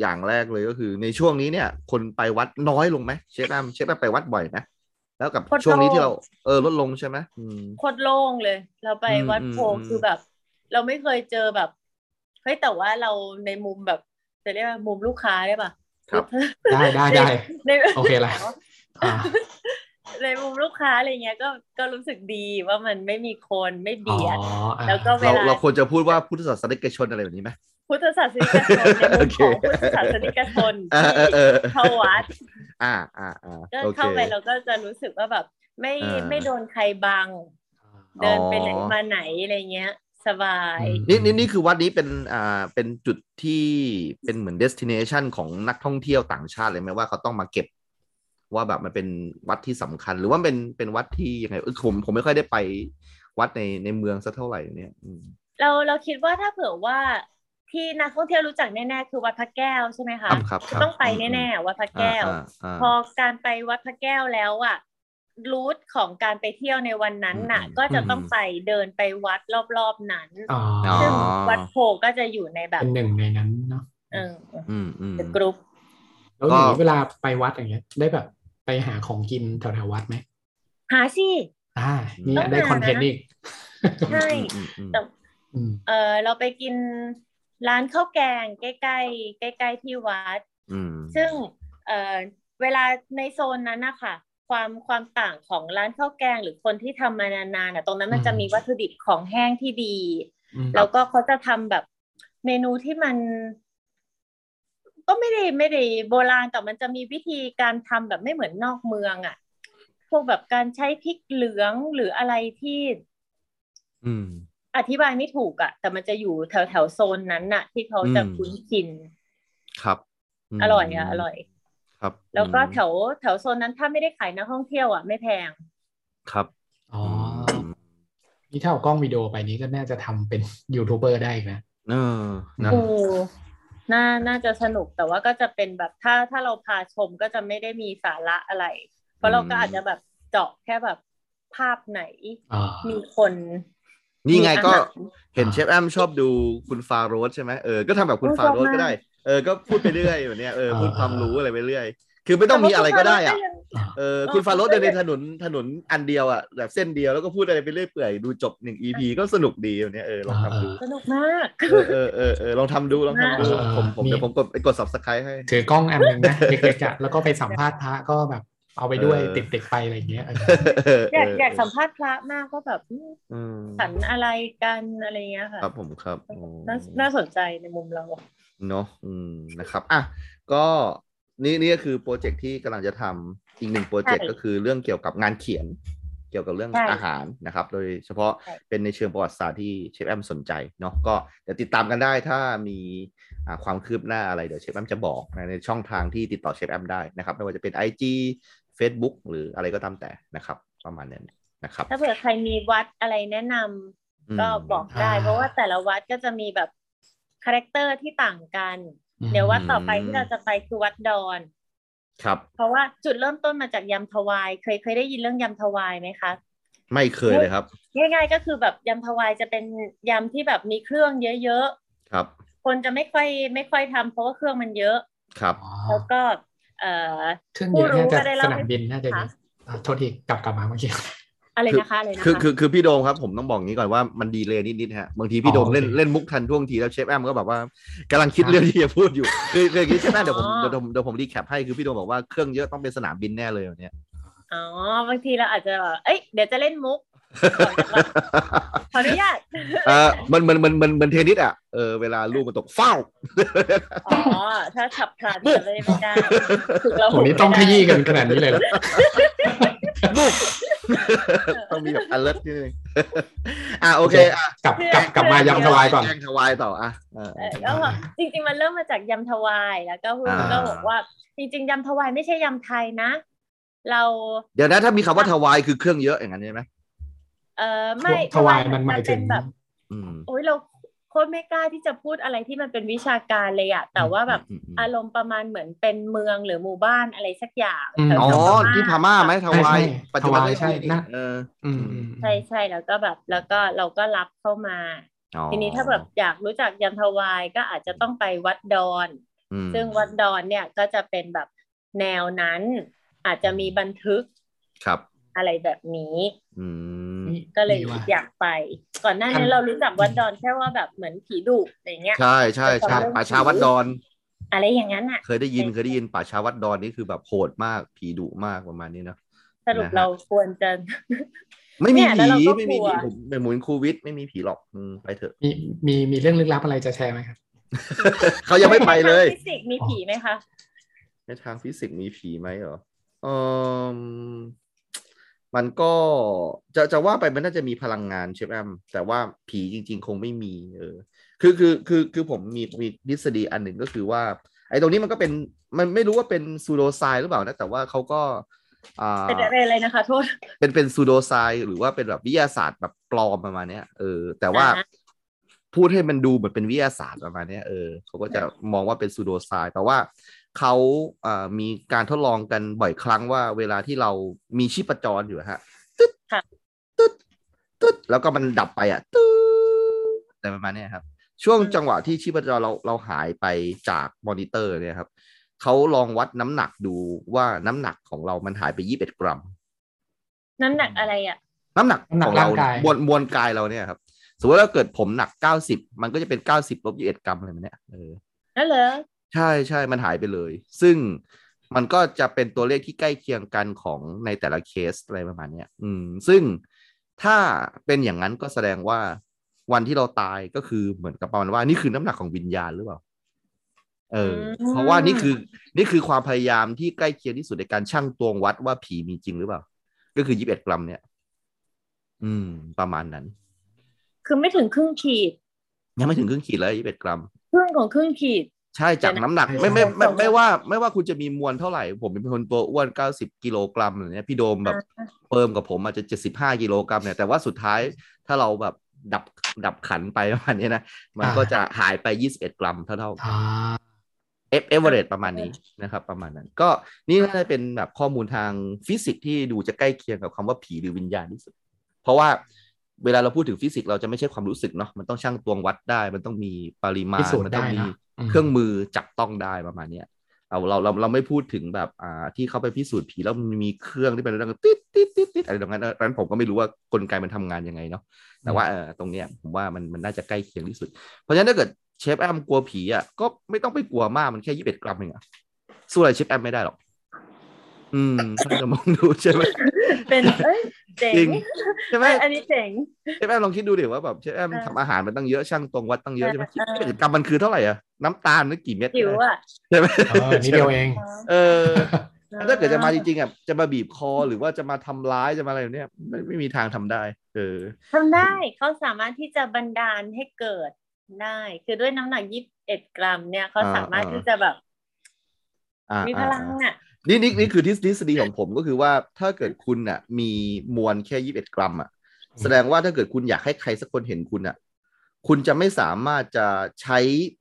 อย่างแรกเลยก็คือ ในช่วงนี้เนี่ย คนไปวัดน้อยลงไหมเชฟแอมเชฟแอมไปวัดบ่อยไหมแล้วกับ
ลดลง
ช่วงนี้ที่เราเออลดลงใช่ไหมอืม
โคตรโล่งเลย เราไป
อืม
วัดโพ
อืม
คือแบบ เราไม่เคยเจอแบบเฮ้ยแต่ว่าเราในมุมแบบจะเรียกว่ามุมลูกค้าได้ปะ
ครับ
ได้ได้ได้
ใน
โอเคละอ่า
ในมุมลูกค้าอะไรเงี้ยก็ก็รู้สึกดีว่ามันไม่มีคนไม่
อ๋อ
เบียด
อ่า
แล้วก็
เรา
เวลา
เราควรจะพูดว่าพุทธศาสนิกชนอะไรแบบนี้ไหม
พุทธศาสนิกชนในมุ
โอ
ม
เค
ของพุทธศาสนิกชน
เออเออเอ
ที่
อ
เข้าวัด
อ่าอ่าอ่า
ก็
โอเค
เข้าไปเราก็จะรู้สึกว่าแบบ ไม่
อ่า
ไม่โดนใครบัง
อ๋อ
เดินไปไหนมาไหนอะไรเงี้ย สบาย
นี่นี่นี่คือวัดนี้เป็นอ่าเป็นจุดที่เป็นเหมือนเดสติเนชันของนักท่องเที่ยวต่างชาติเลยไหมว่าเขาต้องมาเก็บ ว่าแบบมันเป็นวัดที่สำคัญ หรือว่าเป็นเป็นวัดที่ยังไงเออผมผมไม่ค่อยได้ไปวัดในในเมืองสักเท่าไหร่เนี่ยอืม
เราเราคิดว่าถ้าเผื่อว่าที่นักท่องเที่ยวรู้จักแน่ๆคือวัดพระแก้วใช่ไหมคะ
อ้ำครับครับ
ต้องไปแน่ๆวัดพระ
อืมอืม
แก้ว
อ่าาา
พอการไปวัดพระแก้วแล้วอะรูทของการไปเที่ยวในวันนั้นน่ะ
อืม
ก็จะต้องไปเดินไปวัดรอบๆนั้น
อ๋อ
ซึ่ง
อ๋อ
วัดโพก็จะอยู่ในแบบ
เป็นหนึ่งในนั้นเนาะ
เออ
อืมอืม
กรุ๊ป
แล้วอย่างนี้
ก็
เวลาไปวัดอย่างเงี้ย ได้แบบไปหาของกินแถวๆวัดไหม
หาสิ
อ่านี่
ต้องหา
ได้คอนเทนต์อีก
ใช่
อืมอืม
แต่
อืม
เออเราไปกินร้านข้าวแกงใกล้ๆใกล้ๆที่วัด
อืม
ซึ่งเออเวลาในโซนนั้นนะคะความความต่างของร้านข้าวแกงหรือคนที่ทำมานานๆน่ะตรงนั้นมันจะมีวัตถุดิบของแห้งที่ดี
อืม
แล้วก็เขาจะทำแบบเมนูที่มัน ก็ไม่ได้ไม่ได้โบราณแต่มันจะมีวิธีการทำแบบไม่เหมือนนอกเมืองอะ่ะ พวกแบบการใช้พริกเหลืองหรืออะไรที่
อืม
อธิบายไม่ถูกอะ่ะ แต่มันจะอยู่แถวแถวๆโซนนั้นน่ะ ที่เขาจะ
อืม
คุ้นชิน
ครับม
อร่อยอะอร่อย
ครับ
แล้วก็
อืม
แถวแถวโซนนั้นถ้าไม่ได้ขายนักท่องเที่ยวอ่ะไม่แพง
ครับ
อ๋อนี่ถ้าเอากล้องวิดีโอไปนี้ก็น่าจะทำเป็นยูทูบเบอร์ได้อีกนะ
เออนะ
โอ้น่าน่าจะสนุกแต่ว่าก็จะเป็นแบบถ้าถ้าเราพาชมก็จะไม่ได้มีสาระอะไร เพราะเราก็
อืม
อาจจะแบบเจาะแค่แบบภาพไหน
อ่า
มีคน
นี่ไงก็
มีอาหาร
เห็นเชฟแอมชอบดูคุณฟาโรสใช่ไหมเออ ก็ทำแบบคุณ
โอ้ย
ฟาโร
ชอบ
ส
มาก
ก็ได้ เออ ก็พูดไปเรื่อยแบบเนี้ย เออ
อ่า
พูดความรู้อะไรไปเรื่อย คือไม่ต้องมีอะไรก็ได้อะ เออ คุณฟาโรสเดินในถนน ถนนอันเดียวอะแบบเส้นเดียว แล้วก็พูดอะไรไปเรื่อยเปื่อย ดูจบหนึ่ง EP ก็สนุกดีแบบเนี้ย เออ ลองทำดู
สนุกมาก
เออเออเออเออลองทำดู ลองทำดู
อ่า
ผม ผมเดี๋ยวผมกดไปกด subscribe ให้
*laughs* ถือกล้องอันหนึ่งนะ เล็กๆอะแล้วก็ไปสัมภาษณ์พระก็แบบ เอาไปด้วย
เออ
ติดเด็กไปอะไรอย่างเงี้ยเออ
อยากอยากสัมภาษณ์พระมากก็แบบ
อืม
ฉันอะไรกันอะไรเงี้ยค่ะ
ครับผมครับอืม
น่าน่าสนใจในมุมเรา
เนาะอืมนะครับอ่ะก็นี่นี่ก็คือโปรเจกต์ที่กำลังจะทำอีกหนึ่งโปรเจกต์
ใช่
ก็คือเรื่องเกี่ยวกับงานเขียน เกี่ยวกับเรื่อง
ใช่
อาหารนะครับ โดยเฉพาะ
ใช่
เป็นในเชิงประวัติศาสตร์ที่เชฟแอมสนใจเนาะก็เดี๋ยวติดตามกันได้ถ้ามีอ่าความคืบหน้าอะไรเดี๋ยวเชฟแอมจะบอกนะในช่องทางที่ติดต่อเชฟแอมได้นะครับไม่ว่าจะเป็น IG Facebook หรืออะไรก็ตามแต่นะครับประมาณนั้นนะครับ
ถ้าเผื่อใครมีวัดอะไรแนะนำ
ม
ก็บอกได้ เพราะว่าแต่ละวัดก็จะมีแบบคาแรคเตอร์ที่ต่างกัน เดี๋ยววัดต่อไปที่เราจะไปคือวัดดอน
ครับ
เพราะว่าจุดเริ่มต้นมาจากยำถวาย เคยเคยได้ยินเรื่องยำถวายไหมคะ
ไม่เคยเลยครับ
ง่ายๆก็คือแบบยำถวายจะเป็นยำที่แบบมีเครื่องเยอะ
ครับ
ๆ คนจะไม่ค่อยไม่ค่อยทำเพราะว่าเครื่องมันเยอะ
ครับ
อ๋อ
แล้วก็เอ่อ
เครื่องเยอะ
ผู้รู้
น่าจะ
ก็ได้เล่า
ส
ให้
นามบินน่าจะเยอะ
ค่ะ
อ่ะโทษทีกลับกลับมาเมื่อกี้
อะไรนะคะอะไรนะคะ
คือคือคือพี่โดมครับผมต้องบอกงี้ก่อนว่ามันดีเลยนิดๆฮะบางทีพี่โดมเล่น
อ๋อโอเค
เล่นมุกทันท่วงทีแล้วเชฟแอมก็แบบว่ากำลังคิดเรื่องที่จะพูดอยู่ คือคืออย่างงี้เชฟแอมเดี๋ยวผมเดี๋ยวผมเดี๋ยวผมรีแคปให้คือพี่โดมบอกว่าเครื่องเยอะต้องเป็นสนามบินแน่เลยวันเนี้ย
อ๋อบางทีเราอาจจะแบบเอ้ยเดี๋ยวจะเล่นมุก ขออนุญาต *laughs*
เออ *laughs* มันมันมันมันมันเทนนิสอ่ะเออเวลาลูกมันตกเฝ้า
อ๋อถ้าฉับพลันจะเล่นไม่ได้ฝึกเรา
โห *laughs* นี่ต้องขยี้กันขนาดนี้เลยเหรอ
ลูก *laughs* ต้องมีแบบ alert นิดนึง *laughs* อ่ะโอเคอ่ะ
กลับกลับกลับมายำถวายก่อน
แกงถวายต่ออ่ะเออ
เออก็บอกจริงๆมันเริ่มมาจากยำถวายแล้วก็พูด
อ่า
ก็บอกว่า จริง ๆยำถวายไม่ใช่ยำไทยนะ เรา
เดี๋ยวนะถ้ามีคำว่าถวายคือเครื่องเยอะอย่างนั้นใช่ไหม
เออไม่
ถวายมันหมายถึง
เป็นแบบ
อืม
โอ้ยเราโคตรไม่กล้าที่จะพูดอะไรที่มันเป็นวิชาการเลยอะแต่ว่าแบบ
อืมอืม
อารมณ์ประมาณเหมือนเป็นเมืองหรือหมู่บ้านอะไรสักอย่าง
อืม
แถวๆ
อ๋อ
พ
ที่พม่าไหมถวาย
ใช่ใช่
ปัจจุบันก็ยัง
ถวายใช่
มีนี่
นะ
เออ
อืมอืม
ใช่ใช่แล้วก็แบบแล้วก็เราก็รับเข้ามา
อ๋อ
ทีนี้ถ้าแบบอยากรู้จักยันทวายก็อาจจะต้องไปวัดดอน
อืม
ซึ่งวัดดอนเนี่ยก็จะเป็นแบบแนวนั้น อาจจะมีบันทึก
ครับ
อะไรแบบนี้
อืม
นี่
ก็เลย
ดีว่ะ
อยากไป ก่อนหน้า
อั
นี้
น
เรารู้จักวัดดอนแค่ว่าแบบเหมือนผีดุอะไรเงี้ย
ใช่ใช่ใช่
เป็นความ
ป่าชาวัดดอน
อะไรอย่างนั้นอะ
เคยได้ยิน
เป็น
เคยได้ยินป่าชาวัดดอนนี่คือแบบโหดมากผีดุมากประมาณนี้เนอะ
สรุปเราควรจะ
ไม่มี
เนี่ยแล้ว
ผี
เราก็
ไม่มี
กลัว
ผีผมเป็นหมุนคูวิดไม่มีผีหรอกอืมไปเถอะ
มีมีมีเรื่องลึกลับอะไรจะแชร์ไหมครับ
เขา *laughs* ยังไม่ไปเลย
ในทางฟิสิกส์มีผีไหมคะ
ในทางฟิสิกส์มีผีไหมเหรอเอมมันก็จะจะว่าไปมันน่าจะมีพลังงานใช่ไหมแอมแต่ว่าผีจริง ๆ คงไม่มี เออ คือคือคือคือผมมีมีทฤษฎีอันหนึ่งก็คือว่า ไอ้ตรงนี้มันก็เป็นมันไม่รู้ว่าเป็นซูโดไซหรือเปล่านะ แต่ว่าเขาก็อ่า
เป็นอะไรเลยนะคะ โทษ
เป็นเป็นซูโดไซหรือว่าเป็นแบบวิทยาศาสตร์แบบปลอมประมาณเนี้ยเออ แต่ว่า
อ่าฮะ
พูดให้มันดูเหมือนเป็นวิทยาศาสตร์ประมาณเนี้ยเออเขาก็จะมองว่าเป็นซูโดไซแต่ว่าเขาเอ่อมีการทดลองกันบ่อยครั้งว่าเวลาที่เรามีชีพจรอยู่อะฮะตึ๊ด
ค่ะ
ตึ๊ดตึ๊ดแล้วก็มันดับไปอ่ะตึ๊ดแต่ประมาณเนี้ยครับ ช่วงจังหวะที่ชีพจรเราเราหายไปจากมอนิเตอร์เนี่ยครับเขาลองวัดน้ำหนักดูว่าน้ำหนักของเรามันหายไปยี่สิบเอ็ดกรัม
น้ำหนักอะไรอ่ะ
น้ำหนัก
น้ำหนั
ข
ก
องเรา
ร่างกาย
มวลมวลกายเราเนี่ยครับ สมมติว่าเกิดผมหนักเก้าสิบมันก็จะเป็นเก้าสิบลบยี่สิบเอ็ดกรัมอะไรแบบเนี้ยเออ
นั่นเหรอ
ใช่ใช่มันหายไปเลย ซึ่งมันก็จะเป็นตัวเลขที่ใกล้เคียงกันของในแต่ละเคสอะไรประมาณเนี้ยอืม ซึ่งถ้าเป็นอย่างนั้นก็แสดงว่าวันที่เราตายก็คือเหมือนกับประมาณว่านี่คือน้ำหนักของวิญญาณหรือเปล่า เออ
อืม
เพราะว่านี่คือ นี่คือความพยายามที่ใกล้เคียงที่สุดในการชั่งตวงวัดว่าผีมีจริงหรือเปล่า ก็คือยี่สิบเอ็ดกรัมเนี่ย อืม ประมาณนั้น
คือไม่ถึงครึ่งขีด
ยังไม่ถึงครึ่งขีดเลยยี่สิบเอ็ดกรัม
ครึ่งของครึ่งขีด
ใช่จาก
เดี๋ยวนะ
น้ำหนัก
ใช่
ไม่ไม่
ใช่
ไม่
สอง
ไม่ว่า ไม่ว่าคุณจะมีมวลเท่าไหร่ ผมเป็นคนตัวอ้วนเก้าสิบกิโลกรัมอะไรเนี้ยพี่โดมแบบเพิ่มกับผมอาจจะเจ็ดสิบห้ากิโลกรัมเนี่ยแต่ว่าสุดท้ายถ้าเราแบบดับดับขันไปประมาณเนี้ยนะ มัน
อ่า
ก็จะหายไปยี่สิบเอ็ดกรัมเท่าเท่าๆ
อ่า
เอฟเอเวอเรประมาณนี้นะครับ ประมาณนั้น ก็นี่น่าจะเป็นแบบข้อมูลทางฟิสิกส์ที่ดูจะใกล้เคียงกับคำว่าผีหรือวิญญาณที่สุด เพราะว่าเวลาเราพูดถึงฟิสิกส์เราจะไม่ใช่ความรู้สึกเนาะมันต้องชั่งตวงวัดได้ มันต้องมีปริมา
พิ
ณ
สูจน์
มัต้อง
ได้
มี
นะอืม
เครื่องมือจับต้องได้ประมาณเนี้ยเอาเราเราเราไม่พูดถึงแบบอ่าที่เขาไปพิสูจน์ผีแล้วมันมีเครื่องที่เป็นเรื่องติดติดติดติดอะไรแบบนั้นเออนั้นผมก็ไม่รู้ว่ากลไกมันทำงานยังไงเนาะแต่ว่าเออตรงเนี้ยผมว่ามันมันน่าจะใกล้เคียงที่สุด เพราะฉะนั้นถ้าเกิดเชฟแอมกลัวผีอ่ะก็ไม่ต้องไปกลัวมากมันแค่ยี่สิบเอ็ดกรัมเองอ่ะสู้อะไรเชฟแอมไม่ได้หรอก อืมถ้าจะมองดูใช่ไหม
เป็นเอ้ยเจ๋
จริ
ง
ง ใช่ไหม
อันนี้เจ๋ง
เชฟแอมลองคิดดูดิว่าแบบเชฟแอม
เออ
ทำอาหารมันตั้งเยอะช่างตรงวัดตั้งเยอะใช่ไหม
เออเออ
กิจกรรมมันคือเท่าไหร่อะน้ำตาลนี่กี่เม็ด
จิ๋วอ่ะ
ใช่ไหม
เออนิดเดียวเอง
เออ ถ้าเกิดจะมาจริงๆอ่ะจะมาบีบคอหรือว่าจะมาทำร้ายจะมาอะไรแบบเนี้ยไม่ไม่มีทางทำได้ เออ
ทำได้เขาสามารถที่จะบันดาลให้เกิดได้ คือด้วยน้ำหนักยี่สิบเอ็ดกรัมเนี่ยเขา
อ่า
สามารถที่จะแบบ
อ่ะ
มีพลัง
อ่ะ
อ่ะ
นี่นี่นี่คือทฤษทฤษฎีของผมก็คือว่าถ้าเกิดคุณอ่ะ มีมวลแค่ยี่สิบเอ็ดกรัมอ่ะ แสดงว่าถ้าเกิดคุณอยากให้ใครสักคนเห็นคุณอ่ะ คุณจะไม่สามารถจะใช้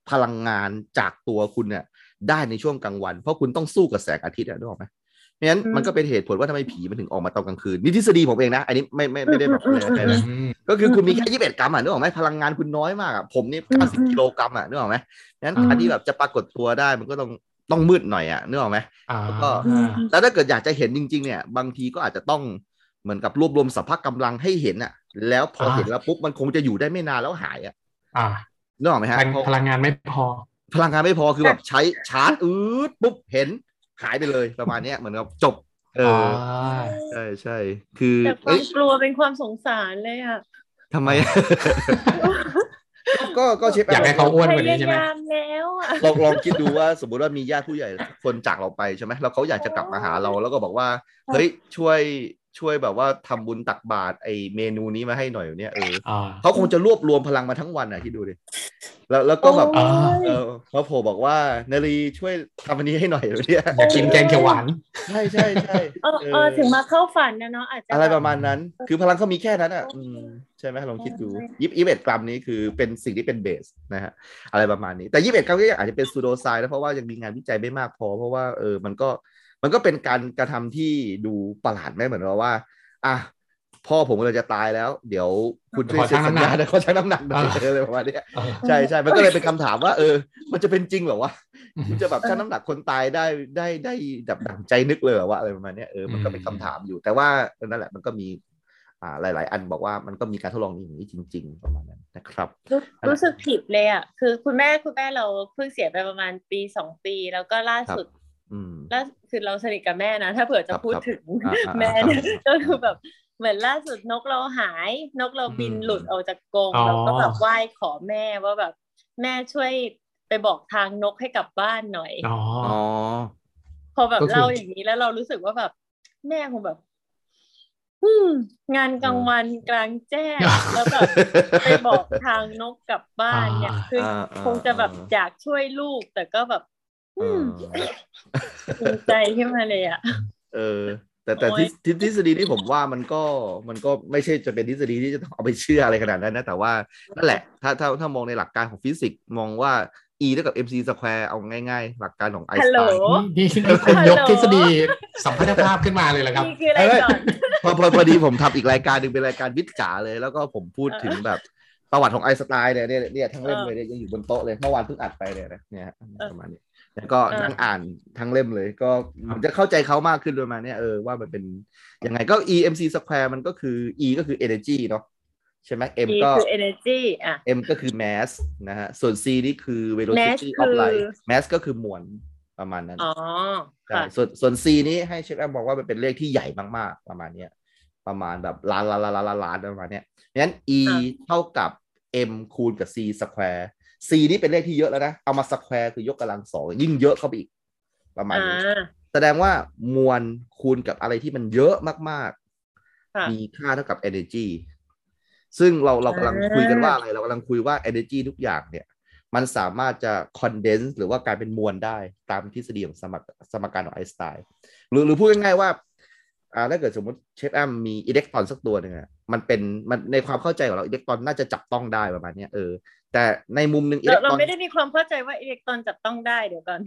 พลังงานจากตัวคุณเนี่ยได้ในช่วงกลางวัน เพราะคุณต้องสู้กับแสงอาทิตย์อ่ะนึกออกไหมเพราะฉะนั้น
อืม
มันก็เป็นเหตุผลว่าทำไมผีมันถึงออกมาตอนกลางคืนนี่ทฤษฎีผมเองนะ อันนี้ไม่ไม่ไม่ได้แบบอะไรนะ
อืม
ก็คือคุณมีแค่ยี่สิบเอ็ดกรัมอ่ะนึกออกไหมพลังงานคุณน้อยมากอ่ะผมนี่เก้าสิบกิโลกรัมอ่ะนึกออกไหมงั้น
อืม
การที่แบบจะปรากฏตัวได้มันก็ต้องต้องมืดหน่อยอ่ะนึกออกไหม
อ่า
แล้วก็
Uh-huh.
แล้วถ้าเกิดอยากจะเห็นจริง ๆ เนี่ย บางทีก็อาจจะต้องเหมือนกับรวบรวมสภาพกำลังให้เห็นอ่ะ แล้วพออา เห็นแล้วปุ๊บมันคงจะอยู่ได้ไม่นานแล้วหายอ่ะ
อ่า
นึกออกไหมฮะเพราะ
พลังงานไม่พอ
พลังงานไม่พอคือแบบใช้ชาร์จอืดปุ๊บเห็นหายไปเลยประมาณเนี้ยเหมือนกับจบ เออใช่ใช่คือ
แต่ควา
เอ้
ม
ย
กลัวเป็นความสงสารเลยอ่ะ
ทำไม
*laughs*
ก็ก็เชฟ
อยากให้เขาอ้วนกว่านี้ใช่ไหม
พยายามแล้วอ่ะ
ลองลองคิดดูว่าสมมุติว่ามีญาติผู้ใหญ่สักคนจากเราไปใช่ไหมแล้วเขาอยากจะกลับมาหาเราแล้วก็บอกว่า เฮ้ยช่วยช่วยแบบว่าทำบุญตักบาตรไอเมนูนี้มาให้หน่อยเนี่ยเออ
อ่า
เขาคงจะรวบรวมพลังมาทั้งวันอ่ะคิดดูดิแล้วแล้วก็แบบ
โอ้ย
เออพอโผล่บอกว่านารีช่วยทำอันนี้ให้หน่อยเนี่ย
อยากกินแกงเขียวหวาน
ใช่ใช่ใช่
เออเออถึงมาเข้าฝันนะเนาะอาจจะ
อะไรประ
แบบ
มาณนั้น คือพลังเขามีแค่นั้นอ่ะอืมใช่ไหมลองคิดดูยิบยิบเอ็ดกรัมนี้คือเป็นสิ่งที่เป็นเบสนะฮะ อะไรประมาณนี้แต่ยี่สิบเอ็ดกรัมก็ยังอาจจะเป็นซูโดไซน์นะเพราะว่ายังมีงานวิจัยไม่มากพอ เพราะว่าเออมันก็มันก็เป็นการกระทำที่ดูประหลาดไหมเหมือนกับว่า อ่ะพ่อผมเราจะตายแล้ว เดี๋ยวคุณช่วยเซ็นสัญญา
ขอชั่งน้ำหนัก
เดี๋ยวเขาชั่งน้ำหนักหน่อย *laughs*
อ่า
อะไรประมาณเนี้ย
เออ
ใช่ใช่มันก็เลยเป็นคำถามว่า เออ มันจะเป็นจริงเหรอวะ
อืม
มันจะแบบชั่งน้ำหนักคนตายได้ได้ได้ดับดั่งใจนึกเลยเหรอวะอะไรประมาณเนี้ยเออมันก็เป็น
อืม
คำถามอยู่ แต่ว่านั่นแหละมันก็มีอ่าหลาย ๆ อันบอกว่ามันก็มีการทดลองอย่างนี้จริง ๆ ประมาณนั้นนะครับ
รู้
นั่นแหละ
รู้สึกผิดเลยอ่ะ คือคุณแม่คุณแม่เราเพิ่งเสียไปประมาณปีสองปี แล้วก็ล่าสุด
อืม
ล่าคือเราสนิทกับแม่นะ ถ้าเผื่อจะพูด
ครับ
ถึง
อ่าอ่า
แม่เนี่ย
อ่าอ่า
ก็คือแบบเหมือนล่าสุดนกเราหาย นกเราบิน
อืม
หลุดออกจากกรง
อ๋อ
เราก็แบบไหว้ขอแม่ว่าแบบ แม่ช่วยไปบอกทางนกให้กลับบ้านหน่อย
อ๋อ
อ๋อ
พอแบบ
ก็คือ
เล่าอย่างนี้แล้วเรารู้สึกว่าแบบ แม่คงแบบ อืม งานกลางวันกลางแจ้งแล้วแบบ ไปบอกทางนกกลับบ้านเนี่ย
อ่า
คือ
*laughs*
อา คงจะแบบ
อ่า
อยากช่วยลูกแต่ก็แบบ
อืม
ภูมิใจขึ้นมาเลยอ่ะ
เออ แต่แต่
โอ้
ที่
ย
ที่ทฤษฎีที่ผมว่ามันก็มันก็ไม่ใช่จะเป็นทฤษฎีที่จะต้องเอาไปเชื่ออะไรขนาดนั้นนะ แต่ว่านั่นแหละ ถ้าถ้าถ้ามองในหลักการของฟิสิกส์มองว่า e เท่ากับ mc สแควร์เอาง่ายๆ หลักการของไอน์
ฮัล
ส
โหล
ไตน์
นี่นี่คุณยกทฤษฎีสัมพัทธภาพขึ้นมาเลยเหรอครับ
นี่คืออะไร
เอ้ย
ก่อน
พอพอพอดีผมทำอีกรายการหนึ่งเป็นรายการวิทย์จ๋าเลย แล้วก็ผมพูดถึงแบบประวัติของไอน์สไตน์เนี่ยเนี่ยเนี่ยทั้งเล่มเลยเนี่ยยังอยู่บนโต๊ะเลยเมื่อวานเพิ่งอัดไปเนี่ยนะเนี่ยฮะประมาณนี้แล้วก็
เออ
นั่งอ่านทั้งเล่มเลย ก็ผมจะเข้าใจเขามากขึ้นประมาณเนี้ยเออว่ามันเป็นยังไงก็ EMC square มันก็คือ E ก็คือ energy เนาะใช่ไหม M
นี่
ก็
คือ energy อ่ะ
M ก็คือ mass นะฮะส่วน C นี่คือ
mass
velocity
คือ
of light mass ก็คือมวลประมาณนั้น
อ๋อ
ใช่
ค่ะ
ส่วนส่วน C นี้ให้เชฟแอมบอกว่ามันเป็นเลขที่ใหญ่มากๆ ประมาณเนี้ยประมาณแบบล้านล้านล้านล้านล้านล้านประมาณเนี้ยงั้น E
อ่า
เท่ากับ M คูณกับ C สแควร์ C นี่เป็นเลขที่เยอะแล้วนะ เอามาสแควร์คือยกกำลังสองยิ่งเยอะเข้าไปอีก ประมาณ
อ่า
นี้ แสดงว่ามวลคูณกับอะไรที่มันเยอะมาก
ค่ะ
ๆ มีค่าเท่ากับ energy ซึ่งเราเรากำลังคุยกันว่าอะไร เรากำลังคุยว่า energy ทุกอย่างเนี่ย มันสามารถจะ condense หรือว่ากลายเป็นมวลได้ตามทฤษฎีของสมกสมการของไอน์สไตน์หรือหรือพูดง่ายๆว่าอ่าถ้าเกิดสมมติเชฟแอมมีอิเล็กตรอนสักตัวหนึ่งอะมันเป็นมันในความเข้าใจของเราอิเล็กตรอนน่าจะจับต้องได้ประมาณเนี้ยเออแต่ในมุมหนึ่งอิ
เรา
เล็กต
เรา
รอน
ไม่ได้มีความเข้าใจว่าอิเล็กตรอนจับต้องได้เดี๋
*laughs*
ยวก่อน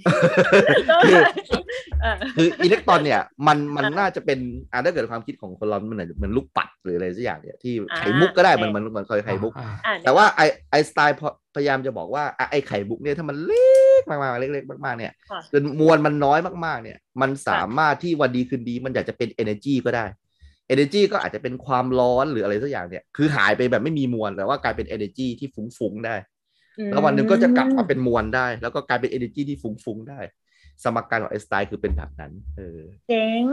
อ่ะ
คืออิเล็กตรอนเนี่ยมันมัน
อ่า
น่าจะเป็นอ่าถ้าเกิดความคิดของคนเรามันอาจจะเหมือนลูกปัดหรืออะไรสักอย่างเนี่ยที่
อ่า
ไข่มุกก็ได้มัน
ใช่
มันเหมือนเคยไข่มุก
อ่า
อ่ะ
แต่ว่าไอไอสไตล์พอพยายามจะบอกว่าอ่ะไอไข่มุกเนี่ยถ้ามันเล็กมากๆเล็กๆมากๆเนี่ย
ค่ะ
จนมวลมันน้อยมากๆเนี่ยมันสามารถที่วันดีคืนดีมันอยากจะเป็น energy ก็ได้ energy ก็อาจจะเป็นความร้อนหรืออะไรสักอย่างเนี่ยคือหายไปแบบไม่มีมวลแต่ว่ากลายเป็น energy ที่ฟุ้งๆได้ แล้ววันหนึ่งก็จะกลับมาเป็นมวลได้ แล้วก็กลายเป็น energy ที่ฟุ้งๆได้ สมการของไอน์สไตน์คือเป็นแบบนั้นเออ
เจ๋ง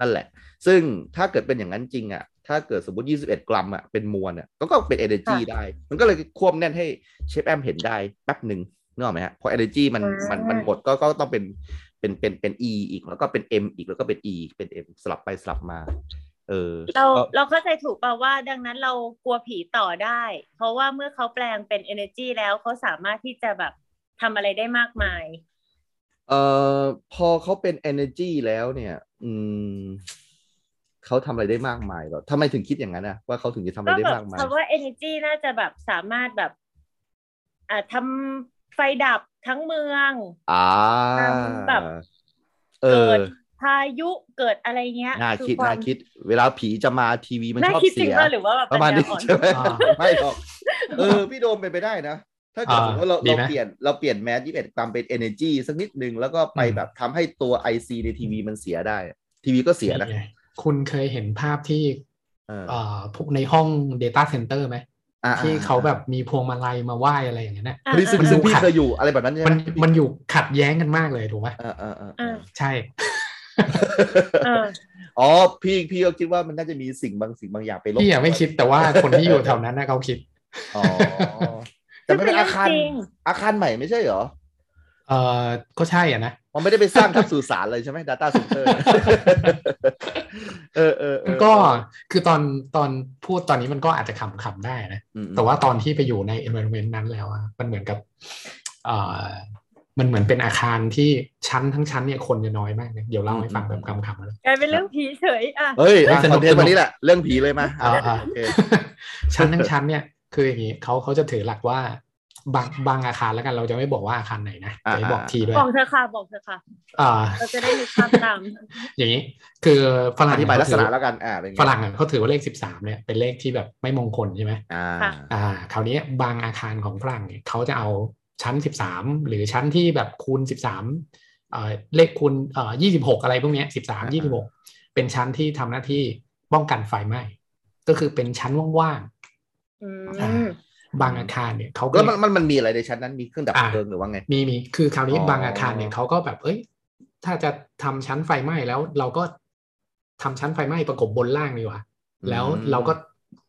นั่นแหละ ซึ่งถ้าเกิดเป็นอย่างนั้นจริงอะ่ะ ถ้าเกิดสมมติ 21 กรัมอะ่ะ เป็นมวลอะ่ะ ก็ก็เป็น energy ได้ มันก็เลยควบแน่นให้เชฟแอมเห็นได้แป๊บหนึ่งนึกออกไหมฮะ เพราะ energy มันมันมันหมดก็ก็ต้องเป็นเป็นเป็นเป็น e อีก แล้วก็เป็น m อีก แล้วก็เป็น e เป็น m สลับไปสลับมา เออ
เรา
ก็
เราเข้าใจถูกเปล่าว่าดังนั้นเรากลัวผีต่อได้ เพราะว่าเมื่อเขาแปลงเป็น energy แล้วเขาสามารถที่จะแบบทำอะไรได้มากมาย
เออพอเขาเป็น energy แล้วเนี่ย อืมเขาทำอะไรได้มากมายหรอทำไมถึงคิดอย่างนั้นอะว่าเขาถึงจะทำอะไร
ก็
ได้
แบบ
มากมาย
คำว่า energy น่าจะแบบสามารถแบบอ่าทำไฟดับทั้งเมือง
อ่า
ทำแบบ
เออ
เกิดพายุเกิดอะไรเงี้ย
น่า
อ
คิด
วม
น่าคิด เวลาผีจะมาทีวีมัน
น่า
ชอบ
คิดจริ
เสี
ง
ย
ป่ะหรือว่าแบบ
ประมาณนี้
ญญอ่อ
ใช่ไหม
อ่า
ไม่หรอกเออ พี่โดมเป็นไปได้นะ ถ้าเกิด
อ่า
สมมติว่าเรา
ดี
เรา
ไหม
เปลี่ยนเราเปลี่ยนแมสยี่สิบกรัมเป็น energy สักนิดนึง แล้วก็ไป
อืม
แบบทำให้ตัว IC ในทีวีมันเสียได้ ทีวีก็เสียนะ
ไงคุณเคยเห็นภาพที่
เออ
เอ่อพวกในห้อง Data Center ไหม
อ่า
ที่เขาแบบมีพวงมาลัยมาไหว้อะไรอย่างเงี้ยนะ
อ่า
อันนี้ซึ่ง
มั
อ่า
ดู
ซึ่งพี่
ขัด
เคยอยู่อะไรแบบนั้นใช่ไหม
มันมันอยู่ขัดแย้งกันมากเลยถูกไหม
เออเออเออเอ
อ่า
อ
ใช่
เออ
อ๋อพี่พี่ก็คิดว่ามันน่าจะมีสิ่งบางสิ่งบางอย่างไปลบ
พี่อะไม่คิดแต่ว่าคนที่อยู่แถวนั้นนะเขาคิด
อ๋อแต่มันเป็นอาคาร
ซึ่งเป็นเรื่องจริง
อาคารใหม่ไม่ใช่เหรอ
เออก็ใช่อ่ะนะ
มันไม่ได้ไปสร้างทับสื่อสารเลยใช่ไหม Data Center
*laughs*
เออเออเออ
ก็คือตอนตอนพูดตอนนี้มันก็อาจจะขำๆได้นะ
อืมอืม
แต่ว่าตอนที่ไปอยู่ใน environment นั้นแล้วอะมันเหมือนกับเออมันเหมือนเป็นอาคารที่ชั้นทั้งชั้นเนี่ยคนจะน้อยมากเนี่ยเดี๋ยวเล่าให้ฟังแบบคำๆนะ
กลายเป็นเรื่องผีเฉยอ่ะ
เฮ้ยอ่ะ
เฮ้ยสนุ
ค
ก
อนเทน
สนุ
ต์
ก
วันนี้แหละ เรื่องผีเลยมา
อ่าอ่า
โอเค
ชั้นทั้งชั้นเนี่ยคืออย่างนี้เขาเขาจะถือหลักว่าบางบางอาคารแล้วกันเราจะไม่บอกว่าอาคารไหนนะจะไม่บอกทีด้วย
บอกเธอค่ะบอกเธอค่ะ
อ่า
เราจะได้นึกภาพตาม
อย่างนี้คือฝรั่ง
อธิบายลักษณะแล้ว
เขาถือ
กัน อ่าเป็นไ
ฝรั่งอะเขาถือว่าเลขสิบสามเนี่ยเป็นเลขที่แบบไม่มงคลใช่ไหม
อ่า
ค่ะ
อ่าคราวนี้บางอาคารของฝรั่งเนี่ยเขาจะเอาชั้น 13 หรือชั้นที่แบบคูณ 13เอ่อเลขคูณเอ่อ26 อะไรพวกเนี้ย
อ่า
13 26 เป็นชั้นที่ทำหน้าที่ป้องกันไฟไหม้ก็คือเป็นชั้นว่าง
อื
ๆอ่าม บางอาคารเนี่ยเขาก็
แล้วมันมันมันมีอะไรในชั้นนั้นมีเครื่องดับ
อ่า
เพลิงหรือว่าไง
มีมีคือคราวนี้
อ๋อ
บางอาคารเนี่ยเขาก็แบบเอ้ย ถ้าจะทำชั้นไฟไหม้แล้วเราก็ทำชั้นไฟไหม้ประกบบนล่างดีกว่า แล้วเราก็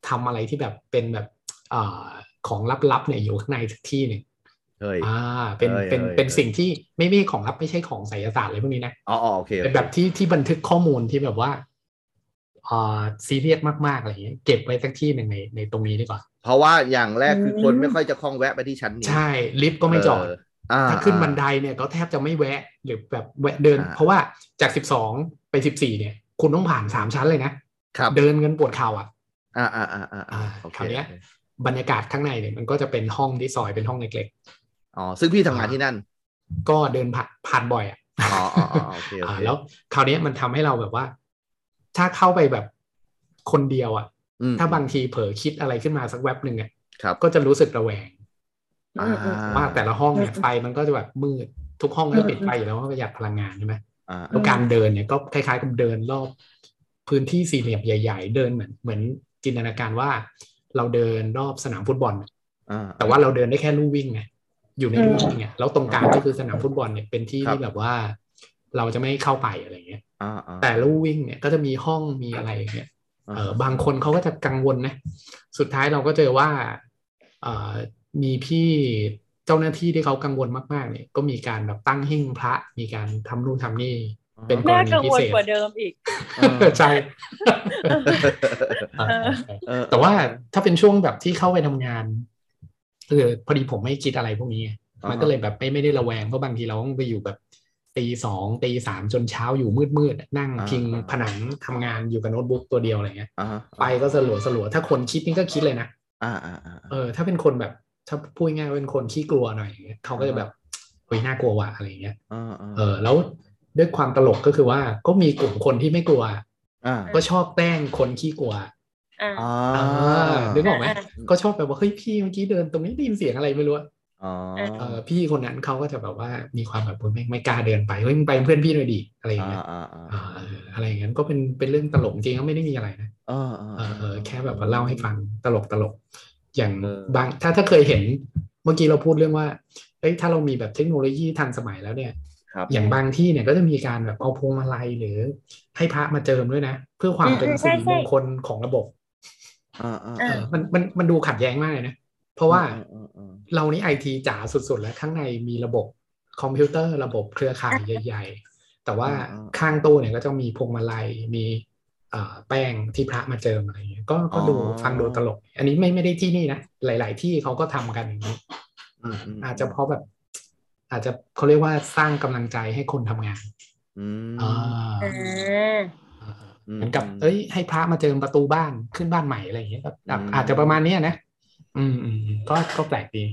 ทำอะไรที่แบบเป็นแบบเอ่อของลับๆเนี่ยอยู่ข้างในสักที่หนึ่ง
เฮ้ย
อ่าเป็น
เอ้ย
เป็น
เอ้ย
เป็น
เอ้ย
สิ่งที่ไม่ไม่ของลับไม่ใช่ของไสยศาสตร์อะไรพวกนี้นะ
อ๋ออ๋อโอเคโอ
เป็น
เค
แบบที่ที่บันทึกข้อมูลที่แบบว่าอ่าซีเรียสมากๆอะไรอย่างเงี้ยเก็บไว้สักที่หนึ่งในในตรงนี้ดีกว่า
เพราะว่าอย่างแรกคืออ
ม
คนไม่ค่อยจะคล่องแวะไปที่ชั้นนี้
ใช่ลิฟต์ก็ไม่จอด
เอ่
ถ้าขึ้น
อ่
บันไดเนี่ยก็แทบจะไม่แวะหรือแบบแวะเดิน
อ่า
เพราะว่าจากสิบสองไปสิบสี่เนี่ย คุณต้องผ่านสามชั้นเลยนะครับ เดินกันปวดเข่าอ่ะ
อ่าอ่าอ่าอ่าอ่า
อ่า
โอเค
คราวเนี้ย บรรยากาศข้างในเนี่ยมันก็จะเป็นห้องที่ซอยเป็นห้องเล็ก
อ๋อซึ่งพี่ทำงานที่นั่น
ๆก็เดินผ่านผ่านบ่อยอ่ะ
อ๋ออ๋ออ๋อโอเคโอ
อ่า
เค
แล้วคราวเนี้ยมันทำให้เราแบบว่า ถ้าเข้าไปแบบคนเดียวอะ่ะ
อืม
ถ้าบางทีเผลอคิดอะไรขึ้นมาสักแวบหนึ่งอะ่ะ
ครับ
ก็จะรู้สึกระแวง
อ่า
ว่าแต่ละห้องเนี่ย
อืม
ไฟมันก็จะแบบมืด ทุกห้องก็
อืม
ปิดไฟอยู่แล้วเพราะประหยัดพลังงานใช่ไหม
อ่า
แล้
อ่าว
การเดินเนี่ยก็คล้ายๆกับเดินรอบ พื้นที่สี่เหลี่ยมใหญ่ ๆ เดินเหมือนเหมือนจินตนาการว่า เราเดินรอบสนามฟุตบอลอะ
อ่า
แต่ว่าเราเดินได้แค่ลู่วิ่งไงอยู่ในลู่วิ่งไงแล้วตรงกลาง
อืม
ก็คือสนามฟุตบอลเนี่ยเป็นที่
ครับ
ที่แบบว่า เราจะไม่เข้าไปอะไรอย่างเงี้ย
อ่าอ่า
แต่ลู่วิ่งเนี่ยก็จะมีห้องมีอะไรอย่างเงี้ยเออบางคนเขาก็จะกังวลนะ สุดท้ายเราก็เจอว่าเออมีพี่เจ้าหน้าที่ที่เขากังวลมากๆเนี่ย ก็มีการแบบตั้งหิ้งพระ มีการทำนู่นทำนี่ เป็นกร
น่า
ณี
กัง
พิ
วล
เศษ
กว่าเดิมอีก
ใช่
เออ
เออ
แต่ว่าถ้าเป็นช่วงแบบที่เข้าไปทำงานคือพอดีผมไม่คิดอะไรพวกนี้ไงมันก็เลยแบบไม่ไม่ได้ระแวงเพราะบางทีเราต้องไปอยู่แบบตีสองตีสามจนเช้าอยู่มืดมืดๆนั่งพิงผนังทำงานอยู่กับโน้ตบุ๊กตัวเดียวอะไรเงี้ย
อ่า
ไปก็สลัวสลัวๆถ้าคนคิดนี่ก็คิดเลยนะ
อ่าอ่าอ่า
เออ ถ้าเป็นคนแบบ ถ้าพูดง่ายๆว่าเป็นคนขี้กลัวหน่อยอย่างเงี้ยเขาก็จะแบบเฮ้ยน่ากลัวว่ะอะไรอย่างเงี้ย
อ่า
เออ แล้วด้วยความตลกก็คือว่าก็มีกลุ่มคนที่ไม่กลัว
อ่า
ก็ชอบแกล้งคนขี้กลัว
อ่า
อ่า
เออนึกออกไหม
อ่า
ก็ชอบแบบว่าเฮ้ยพี่เมื่อกี้เดินตรงนี้ได้ยินเสียงอะไรไม่รู้อะ
อ๋อ
เออพี่คนนั้นเขาก็จะแบบว่ามีความแบบโอ๊ยไม่ไม่กล้าเดินไปเฮ้ยมึงไปเป็นเพื่อนพี่หน่อยดิอะไรอย่าง
อ่า
เงี้ย
อ่าอ่า
เอออะไรอย่างเงี้ยก็เป็นเป็นเรื่องตลกจริงก็ไม่ได้มีอะไรนะ
อ่าอ่า
เออเออแค่แบบว่าเล่าให้ฟังตลกตลกอย่าง
เออ
บางถ้าถ้าเคยเห็นเมื่อกี้เราพูดเรื่องว่าเอ้ยถ้าเรามีแบบเทคโนโลยีทันสมัยแล้วเนี่ย
ครับ
อย่างบางที่เนี่ยก็จะมีการแบบเอาพวงมาลัยหรือให้พระมาเจิมด้วยนะ เพื่อความ
อืม
เป็น
อืมใช่
สิริ
ใช่
มงคลของระบบ
อ่าอ่า
เอ
อ่า
เอ
อ
อมันมันมันดูขัดแย้งมากเลยนะ เพราะว่า
อ่าอ่า
เรานี่ไอทีจ๋าสุดๆ แล้วข้างในมีระบบคอมพิวเตอร์ระบบเครือข่ายใหญ่ ๆ แต่ว่าข้างตู้เนี่ยก็จะมีพวงมาลัยมีเอ่อแป้งที่พระมาเจิมอะไรอย่างเงี้ยก็ก็ดูฟังดูตลก อันนี้ไม่ไม่ได้ที่นี่นะหลาย ๆ ที่เขาก็ทำกันอย่างนี้
อืมอืม
อาจจะเพราะแบบ อาจจะเขาเรียกว่าสร้างกำลังใจให้คนทำงาน
อืม
อ่า
อ่า
เหมือนกับ เอ้ย ให้พระมาเจิมประตูบ้านขึ้นบ้านใหม่อะไรอย่างเงี้ยก็แบบ
อืม
อาจจะประมาณเนี้ยนะอืมอืมอืมก็ก็แปลกดี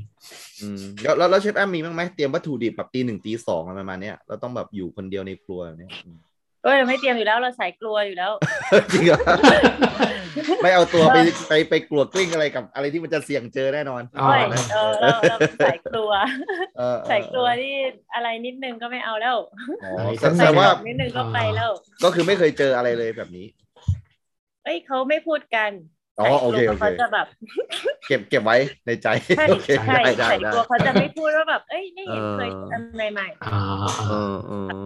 อืมแล้วแล้วแล้วเชฟแอมมีบ้างไหมเตรียมวัตถุดิบแบบตีหนึ่งตีสองอะไรประมาณเนี้ยเราต้องแบบอยู่คนเดียวในครัวแบบเนี้ยอืม
เอ้ยเราไม่เตรียมอยู่แล้วเราสายกลัวอยู่แล้ว
จริงเหรอ ไม่เอาตัวไปไปไปกลัวกลิ้งอะไรกับอะไรที่มันจะเสี่ยงเจอแน่นอน
อ๋อ
เอ้ย
นะ
เออเราเราเป็นสายกลัว
เออเออ
สายกลัวนี่อะไรนิดนึงก็ไม่เอาแล้ว
อ๋อ
ใส่
แสดงว่า
ใส่หมกนิดนึงก็ไปแล้ว
ก็คือไม่เคยเจออะไรเลยแบบนี้
เอ้ยเขาไม่พูดกัน
อ๋อ
สายกลัว
โอเคโอเค
เขาจะแบบ
เก็บเก็บไว้ในใจ
ใช่
โอเค
ใช่
ได้ได้
สาย
ได้
กลัวเขาจะไม่พูดว่าแบบเอ้ยไม่เห็น
เออ
เคยทำใหม่
อ่าอ่า
เออเออ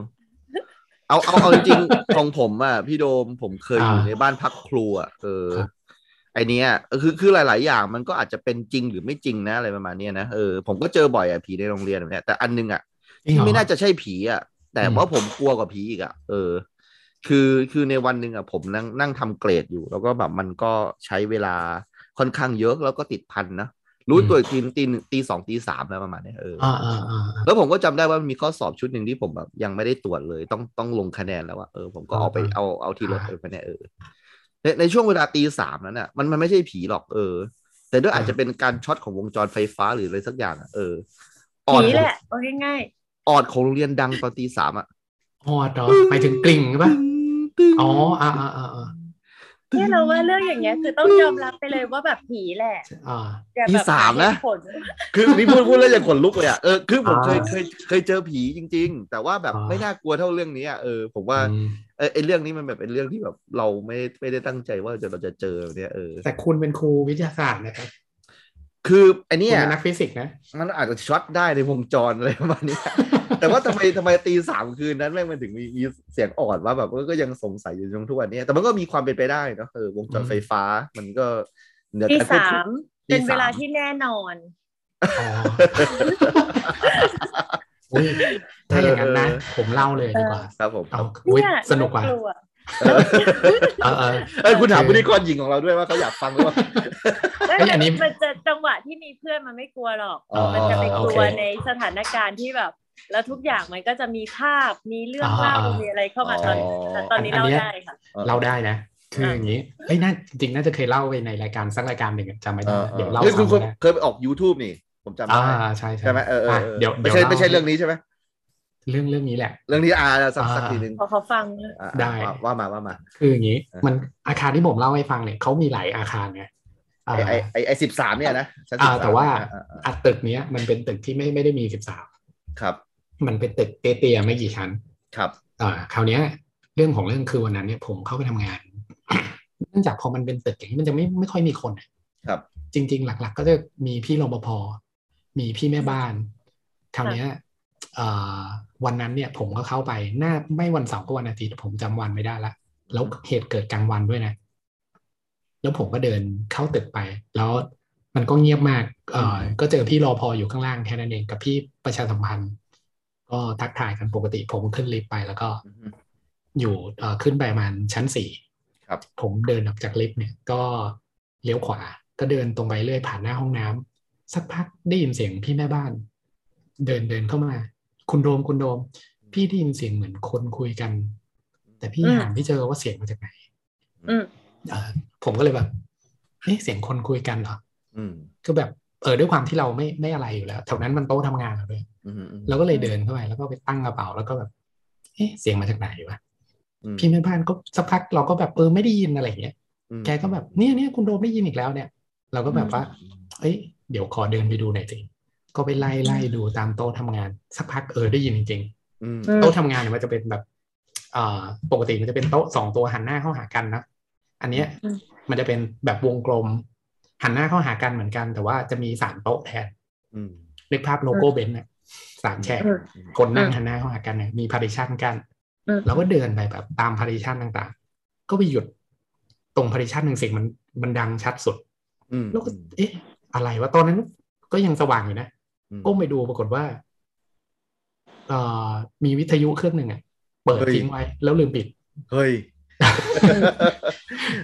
เอาเอาเอาจริงๆ ของผมอ่ะพี่โดมผมเคยอยู่
อ่า
ในบ้านพักครูอ่ะเออ
ครับ
ไอเนี้ยคือคือหลาย ๆ อย่างมันก็อาจจะเป็นจริงหรือไม่จริงนะอะไรประมาณเนี้ยนะเออผมก็เจอบ่อยอ่ะผีในโรงเรียนแบบเนี้ยแต่อันนึงอ่ะ
จริงเหรอ
ไม่น่าจะใช่ผีอ่ะ แต่
อืม
ว่าผมกลัวกว่าผีอีกอ่ะ เออ คือคือในวันหนึ่งอ่ะผมนั่งนั่งทำเกรดอยู่ แล้วก็แบบมันก็ใช้เวลาค่อนข้างเยอะแล้วก็ติดพันนะรู้ตัวอีกทีตีหนึ่งตีสองตีสามแล้วประมาณเนี้ยเอออ
อ่าอ่าอ่า
แล้วผมก็จำได้ว่ามีข้อสอบชุดหนึ่งที่ผมแบบยังไม่ได้ตรวจเลยต้องต้องลงคะแนนแล้วอ่ะเออผมก็เอาไป
อ่า
เอาเอาที่รถ
อ่า
ไปคะแนนเออในในช่วงเวลาตีสามนั้นอ่ะมันมันไม่ใช่ผีหรอกเออ แต่ด้วยอาจจะเป็นการช็อตของวงจรไฟฟ้าหรืออะไรสักอย่างอะเออ
ๆ
ออด
ผี
ข
แห
อง
ละเอาง่าย
ออดของโรงเรียนดังตอนตีสามอ่ะ
ฮอดเหรอหมายถึงกลิ่งใช่ปะ
ตึ้ง
อ๋ออ่าอ่าอ่าอ่า
ๆเนี่ยเราว่าเรื่องอย่างเงี้ยคือต้องยอมรับไปเลยว่าแบบผีแหละ
อ่า
จะ
ตี
แบบ
สาม
หเห
นะ
ตุผล
คือนี่พูดพูดแล้วอย่างขนลุกเลยอ่ะเออคือผมเคย
อ่า
เคยเคยเจอผีจริง ๆ แต่ว่าแบบ
อ่า
ไม่น่ากลัวเท่าเรื่องนี้อ่ะเออผมว่า
อืม
เออไอเรื่องนี้มันแบบเป็นเรื่องที่แบบเราไม่ไม่ได้ตั้งใจว่าจะเราจะเจอเนี่ยเออ
แต่คุณเป็นครูวิทยาศาสตร์นะครับ
คือไอ
คุณ
เนี้ย
เป็นนักฟิสิกส์นะ
มันอาจจะช็อตได้ในวงจร *laughs* อะไรประมาณเนี้ยแต่ว่าทำไมทำไมตีสามคืนนั้นแม่งมันถึงมีมีเสียงอ่อนว่าแบบเออก็ยังสงสัยอยู่จนทุกวันเนี้ยแต่มันก็มีความเป็นไปได้เนอะเออวงจรไฟฟ้ามันก็เหนือ
ตี
การควบ
สา
คุม
มเป็น
ตีสาม
เวลาที่แน่นอน
อ๋ออุ๊ยถ้าอย่างนั้นนะ ผมเล่าเลยดีกว่า
ครับผมค
เอา
รับ
อุ๊ย
เนี่ย
สนุกกว่า
น่ลั
เออเออ
เอ้ยคุณถาม
คือ
พิธีกรหญิงของเราด้วยว่าเขาอยากฟังหรือเปล่า
เอ้ย
เอ้ยอันนี้
มันจะจังหวะที่มีเพื่อนมันไม่กลัวหรอก
อ๋อ
มันจะไปกลัว
โอเค
ในสถานการณ์ที่แบบ แล้วทุกอย่างมันก็จะมีภาพมีเรื่อง
อ่า
เล่ามีอะไรเข้ามาตอนแต่ตอนนี้
อัน
เล่า
เนี้ย
ได้ค่ะ
เล่าได้นะ คืออย่างนี้เอ้ยน่าจริงๆน่าจะเคยเล่าไปในรายการสักรายการหนึ่งอะจำไม่ได้เดี๋ยวเล่า
เฮ้ยคุณ
ซ้ำ
คุณ
ก็ได้
เคยไปออก YouTube นี่ ผมจำ
อ่า
ได้
ใช่ใช่
ใช่ไหมเออเออ
อ่ะ
เออ
เดี๋ยว
ไม่ใช่
เดี๋ยวล่า
ไม่ใช่เรื่องนี้ใช่ไหม
เรื่องเรื่องนี้แหละ
เรื่องนี้อาสัก
อ่า
สักทีหนึ่ง
พอเขาฟัง
อ่า
ได้
ว่าว่ามาว่ามา
คืออย่างนี้
อ่ะ
มันอาคารที่ผมเล่าให้ฟังเนี่ยเขามีหลายอาคารไงอ่า
ไอไอไอไอสิบสามเนี่ยนะชั้น
อ่า
13
แต่ว่า
อ่อ่อ่า
อ่ะตึกเนี้ยมันเป็นตึกที่ไม่ไม่ได้มีสิบสาม
ครับ
มันเป็นตึกเตี้ยๆไม่กี่ชั้น
ครับ
อ่าคราวเนี้ยเรื่องของเรื่องคือวันนั้นเนี่ยผมเข้าไปทำงาน *coughs* เนื่องจากพอมันเป็นตึกอย่างนี้มันจะไม่ไม่ค่อยมีคนอะ
ครับ
จริง ๆ หลัก ๆ ก็จะมีพี่รปภมีพี่แม่บ้าน คราวเนี้ยเอ่อวันนั้นเนี่ยผมก็เข้าไปหน้าไม่วันเสาร์ก็วันอาทิตย์ผมจำวันไม่ได้ละแล้วเหตุเกิดกลางวันด้วยนะ แล้วผมก็เดินเข้าตึกไป แล้วมันก็เงียบมาก เออก็เจอพี่รอพออยู่ข้างล่างแค่นั้นเองกับพี่ประชาสัมพันธ์ ก็ทักทายกันปกติ ผมขึ้นลิฟต์ไปแล้วก็
อือฮึ
อยู่เอ่อขึ้นไปประมาณชั้นสี่
ครับ
ผมเดินออกจากลิฟต์เนี่ย ก็เลี้ยวขวา ก็เดินตรงไปเรื่อยผ่านหน้าห้องน้ำสักพักได้ยินเสียงพี่แม่บ้าน เดินเดินเข้ามา คุณโดมคุณโดม พี่ได้ยินเสียงเหมือนคนคุยกัน แต่พี่
อืม
หาไม่เจอว่าเสียงมาจากไหน
อืม
เออผมก็เลยแบบเอ๊ะเสียงคนคุยกันเหรอ
อืม
คือแบบเออด้วยความที่เราไม่ไม่อะไรอยู่แล้วแถวนั้นมันโต๊ะทำงานเราด้วย
อืมอืม
เราก็เลยเดินเข้าไปแล้วก็ไปตั้งกระเป๋าแล้วก็แบบ เอ๊ะเสียงมาจากไหนวะ
อืม
พี่แม่บ้านก็สักพักเราก็แบบเออไม่ได้ยินอะไรอย่างเงี้ย
อืม
แกก็แบบเนี่ยเนี่ยคุณโดมได้ยินอีกแล้วเนี่ย เราก็แบบว่าเอ้ยเดี๋ยวขอเดินไปดูหน่อยสิก็ไปไล่ไล่ดูตามโต๊ะทำงาน สักพักเออได้ยินจริง
อืม
อืม
ๆโต๊ะทำงานเนี่ยมันจะเป็นแบบเอ่อปกติมันจะเป็นโต๊ะสองตัวหันหน้าเข้าหากันนะอันเนี้ย
อืม
มันจะเป็นแบบวงกลม หันหน้าเข้าหากันเหมือนกัน แต่ว่าจะมีสามโต๊ะแทน
อืม
นึกภาพโลโก้เบนซ์นะ สามแฉกคนนั่งหันหน้าเข้าหากันเนี่ยมีพาริชันกัน
อืม
เราก็เดินไปแบบตามพาริชันต่างๆ ก็ไปหยุดตรงพาริชันหนึ่งเสียงมันมันดังชัดสุด
อืม
แล้วก็เอ๊ะ อะไรวะตอนนั้นก็ยังสว่างอยู่นะ
อืม
ก้มไปดูปรากฏว่าเอ่อมีวิทยุเครื่องหนึ่งอ่ะ เปิด
เฮ้ย
ทิ้งไว้ แล้วลืมปิด
เฮ้ย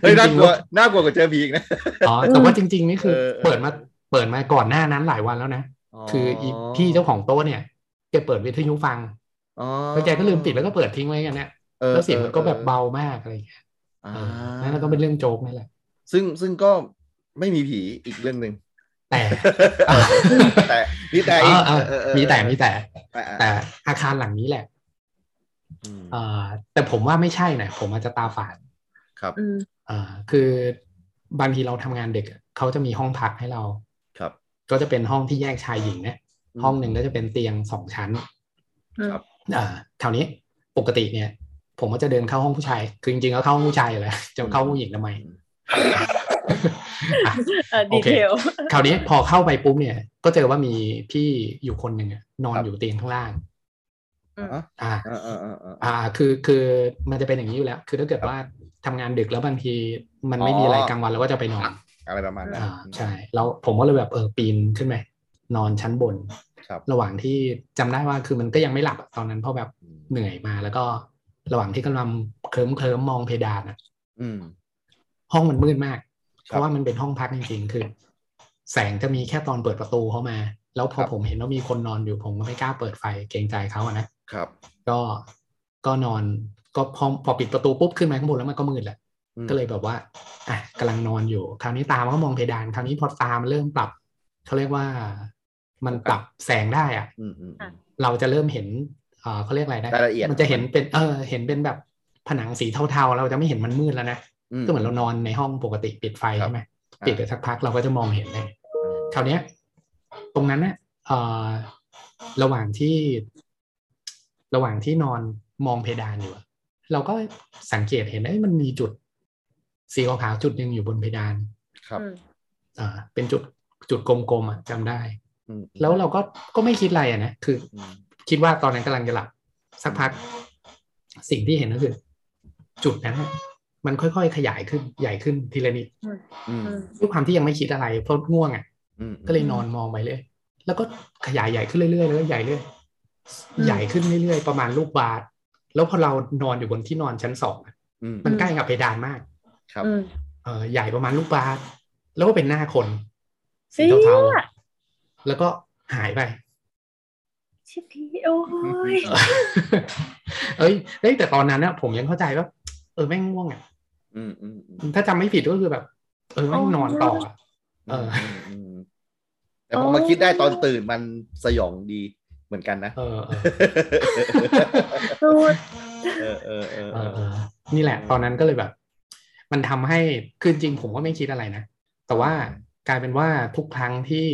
เฮ้ยน่ากลัวน่ากลัวกว่าเจอผีอีกนะ
อ๋อแต่ว่าจริง ๆ นี่คือ
เออเออ
เปิดมาเปิดมาก่อนหน้านั้นหลายวันแล้วนะ คืออีพี่เจ้าของโต๊ะเนี่ยแกเปิดวิทยุฟัง
อ๋อ
แล้วแกก็ลืมปิดแล้วก็เปิดทิ้งไว้กันเนี่ย
ออ
แล้วเสียงมันก็แบบเบามากอะไรอย่างเงี้ย
อ่า
เออนั่นก็ต้องเป็นเรื่องโจกนั่นแหละ
ซึ่งซึ่งก็ไม่มีผีอีกเรื่องหนึ่ง
แต่
แต่มีแต่
เอ
อีก
อเออ
เออเออ
มีแต่มีแต่
แต่อ่ะ
แต่อาคารหลังนี้แหละ
อืม
เออแต่ผมว่าไม่ใช่นะผมอาจจะตาฝาด
อืม
เอ่อคือบางทีเราทำงานเด็กอะเขาจะมีห้องพักให้เรา
ครับ
ก็จะเป็นห้องที่แยกชายหญิงนะ
ม
ห้องหนึ่งก็จะเป็นเตียงสองชั้น
ครับ
อ่าคราวนี้ปกติเนี่ย ผมก็จะเดินเข้าห้องผู้ชาย คือจริงๆก็เข้าห้องผู้ชายอยู่แหล้วจะเข้าห้องผู้หญิงทำไม อ่ะ
เออ
โอ
ดี
เค
เทล
คราวนี้พอเข้าไปปุ๊บเนี่ย ก็เจอว่ามีพี่อยู่คนหนึ่งอะนอน
ครับ
อยู่เตียงข้างล่าง
อ่ะ
อ่า
อ่ะอ่ะอ่ะอ่ะ
อ่าคือคือมันจะเป็นอย่างนี้อยู่แล้ว คือถ้าเกิดว่าทำงานดึกแล้วบางทีมันไม่มีอะไร
อ๋อ
กลางวันเราก็จะไปนอน
อะไรประมาณนั้น
อ่าใช่แล้วผมก็เลยแบบเออปีนขึ้นไปนอนชั้นบน
ครับ
หว่างที่จำได้ว่าคือมันก็ยังไม่หลับอะตอนนั้นเพราะแบบเหนื่อยมาแล้วก็ระหว่างที่กำลังเคลิ้มเคลิ้มๆมองเพดานอะ
อืม
ห้องมันมืดมาก
ครับ
เพราะว่ามันเป็นห้องพักจริงๆคือ แสงจะมีแค่ตอนเปิดประตูเข้ามา แล้วพอ
ครับ
ผมเห็นว่ามีคนนอนอยู่ผมก็ไม่กล้าเปิดไฟเกรงใจเขาอะนะครับ ก็ก็นอนก็พอพอปิดประตูปุ๊บขึ้นมาข้างบนแล้วมันก็มืดแหละ
อืม
ก็เลยแบบว่า อ่ะกำลังนอนอยู่ คราวนี้ตามันก็มองเพดาน คราวนี้พอตามันเริ่มปรับ เขาเรียกว่า มันปรับแสงได้อะ
อืมอืมอืม
เราจะเริ่มเห็นเอ่อเขาเรียกอะไรนะ
รายละเอียด
มันจะเห็นเป็น เออ เห็นเป็นแบบผนังสีเทาๆ เราจะไม่เห็นมันมืดแล้วนะ ก็เหมือนเรานอนในห้องปกติปิดไฟใช่ไหมปิดไปสักพักเราก็จะมองเห็นเลยคราวเนี้ย ตรงนั้นเนี่ยเอ่อระหว่างที่ ระหว่างที่นอนมองเพดานอยู่อะเราก็สังเกตเห็นเอ้ยมันมีจุด สีขาวๆจุดหนึ่งอยู่บนเพดาน
ครับ
อืม
เอ่อเป็นจุดจุดกลมๆอ่ะจำได้
อืม
แล้วเราก็ก็ไม่คิดอะไรอ่ะนะคือ
อืม
คิดว่าตอนนั้นกำลังจะหลับ สักพัก สิ่งที่เห็นก็คือ จุดนั้นน่ะมันค่อยๆขยายขึ้นใหญ่ขึ้นทีละนิด
อืม
อืม
ด้วยความที่ยังไม่คิดอะไรเพราะง่วงอ่ะ
อืม
ก็เลยนอนมองไปเรื่อยแล้วก็ขยายใหญ่ขึ้นเรื่อยๆแล้วก็ใหญ่เรื่อย
อืม
ใหญ่ขึ้นเรื่อยๆประมาณลูกบาศก์แล้วพอเรานอนอยู่บนที่นอนชั้นสองอะ
อืม
มันใกล้กับเพดานมาก
ครับ
อืม
เออใหญ่ประมาณลูกบาศก์แล้วก็เป็นหน้าคนสี
เชี่
เทาย ๆแล้วก็หายไป *laughs*
ชิพีโอ้ย
เอ้ยเอ้ยแต่ตอนนั้นนะผมยังเข้าใจว่าเออแม่งง่วงอ่ะ
อืมอืมอืม
ถ้าจำไม่ผิดก็คือแบบ เออแม่งนอนต่ออะ เออ
มอืมแต่พอมาคิดได้ตอนตื่นมันสยองดีเหมือนกันนะ
เออเออ
ตูด
เออเออเออ
เออเออนี่แหละ ตอนนั้นก็เลยแบบ มันทำให้คือจริงผมก็ไม่คิดอะไรนะ แต่ว่ากลายเป็นว่าทุกครั้งที่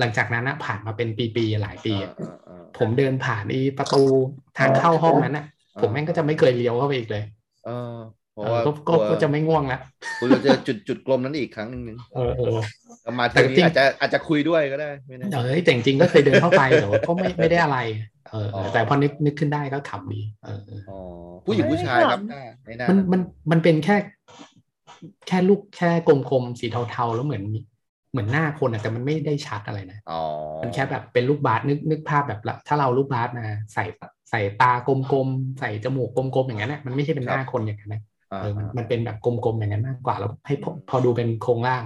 หลังจากนั้นนะผ่านมาเป็นปีๆหลายปีอะ
เออเออเออ
ผมเดินผ่านไอีประตูทางเข้าห้องนั้นอ่ะ ผมแม่งก็จะไม่เคยเลี้ยวเข้าไปอีกเลย
เออเพราะ
เออ
ว่า
ก็ก็ก็จะไม่ง่วงละ
กลัวจะเจอจุดจุดกลมนั้นอีกครั้งหนึ่ง
เออเออ
มา
แต่
ที
จริ
นี้อา
ง
จจะอาจจะคุยด้วยก็ได้ไม่แน่
เออแต่จริงๆก็เคยเดินเข้าไปแต่ว่าก็ไม่ไม่ได้อะไร เออเออแต่พอนึกนึกขึ้นได้ก็ขำดีเออเออ
อ๋อผู้หญิง
ไม่
ผู้ชาย
หรอก
ครับหน้าไม่น่า
มัน
นะ
มันมันเป็นแค่ แค่ลูกแค่กลมๆสีเทาๆแล้วเหมือนมีเหมือนหน้าคนอะแต่มันไม่ได้ชัดอะไรนะ
อ๋อ
มันแค่แบบเป็นลูกบาสนึกนึกภาพแบบละถ้าเราเอาลูกบาสมาใส่ใส่ตากลมๆใส่จมูกกลมๆอย่างนั้นนะมันไม่ใช่เป็นหน้าคนอย่างนั้นนะ
อ่า
เออมันมันเป็นแบบกลมๆอย่างนั้นมากกว่าแล้วให้พอพอดูเป็นโครงร่าง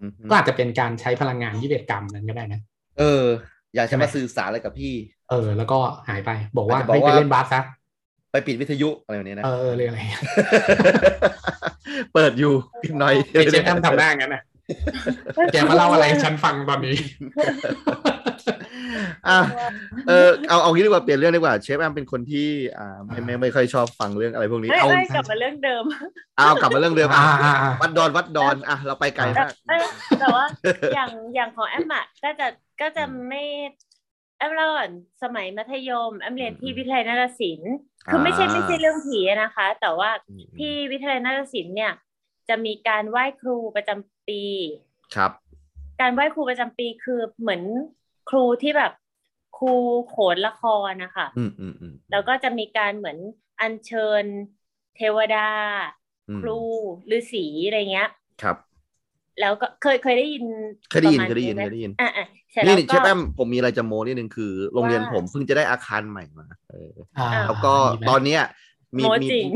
อืม
ก็อาจจะเป็นการใช้พลังงานยี่เวทกรรมนั้นก็ได้นะ
เออ อยากจะ
ใช่ไหม
มาสื่อสารอะไรกับพี่
เออแล้วก็หายไป บอกว่า
อาจจะบอก
ให้ไป
ว่า
เล่นบาสซะ
ไปปิดวิทยุอะไรแบบนี้นะ
เออเรื่องอะไร
*laughs*
เงี้ย
เปิดอยู่ปิดหน่อย
เอเจนต์ทำทำหน้างั้นนะแกมาเล่าอะไรให้ฉันฟังตอนนี้
อ่ะเออเอาเอางี้ดีกว่าเปลี่ยนเรื่องดีกว่าเชฟแอมเป็นคนที่อ่าไม่ไม่ไม่ค่อยชอบฟังเรื่องอะไรพวกนี้
ไม่
เอา
ไม่กลับมาเรื่องเดิม *laughs*
เอากลับมาเรื่องเดิม
อ่า
อ่ะ
อ่าอ่า
วัดดอนวัดดอนอ่ะเราไปไกลมาก
เออแต่ว่าอย่างอย่างของแอมอะก็จะก็จะไม่แอมเล่าก่อนสมัยมัธยมแอมเรียนที่วิทยาลัยนาฏศิลป์คือไม่ใช่
อ่า
ไม่ใช่เรื่องผีอะนะคะ แต่ว่าที่วิทยาลัยนาฏศิลป์เนี่ย จะมีการไหว้ครูประจำปี
ครับ
การไหว้ครูประจำปีคือเหมือนครูที่แบบ ครูโขนละครนะคะ
อืมอืมอืม
แล้วก็จะมีการเหมือนอัญเชิญ เทวดา
อืม
ครูฤาษีอะไรเงี้ย
ครับ
แล้วก็เคยเคยได้ยิน
เคยได้ยิน
ประมาณ
เคยได้ยิน
ห
เค
ม
ยได้ยิน
อ่ะอ่ะเสร็จ
นี่
แล้ว
นี่เช
ก็
ฟแอมผมมีอะไรจะโมนิดนึงคือโรงเรียน
ว่า
ผมเพิ่งจะได้อาคารใหม่มาเออ
อ่า
แล้วก็
มีไหม
ตอนเนี้ยมี
โม
มี
จริง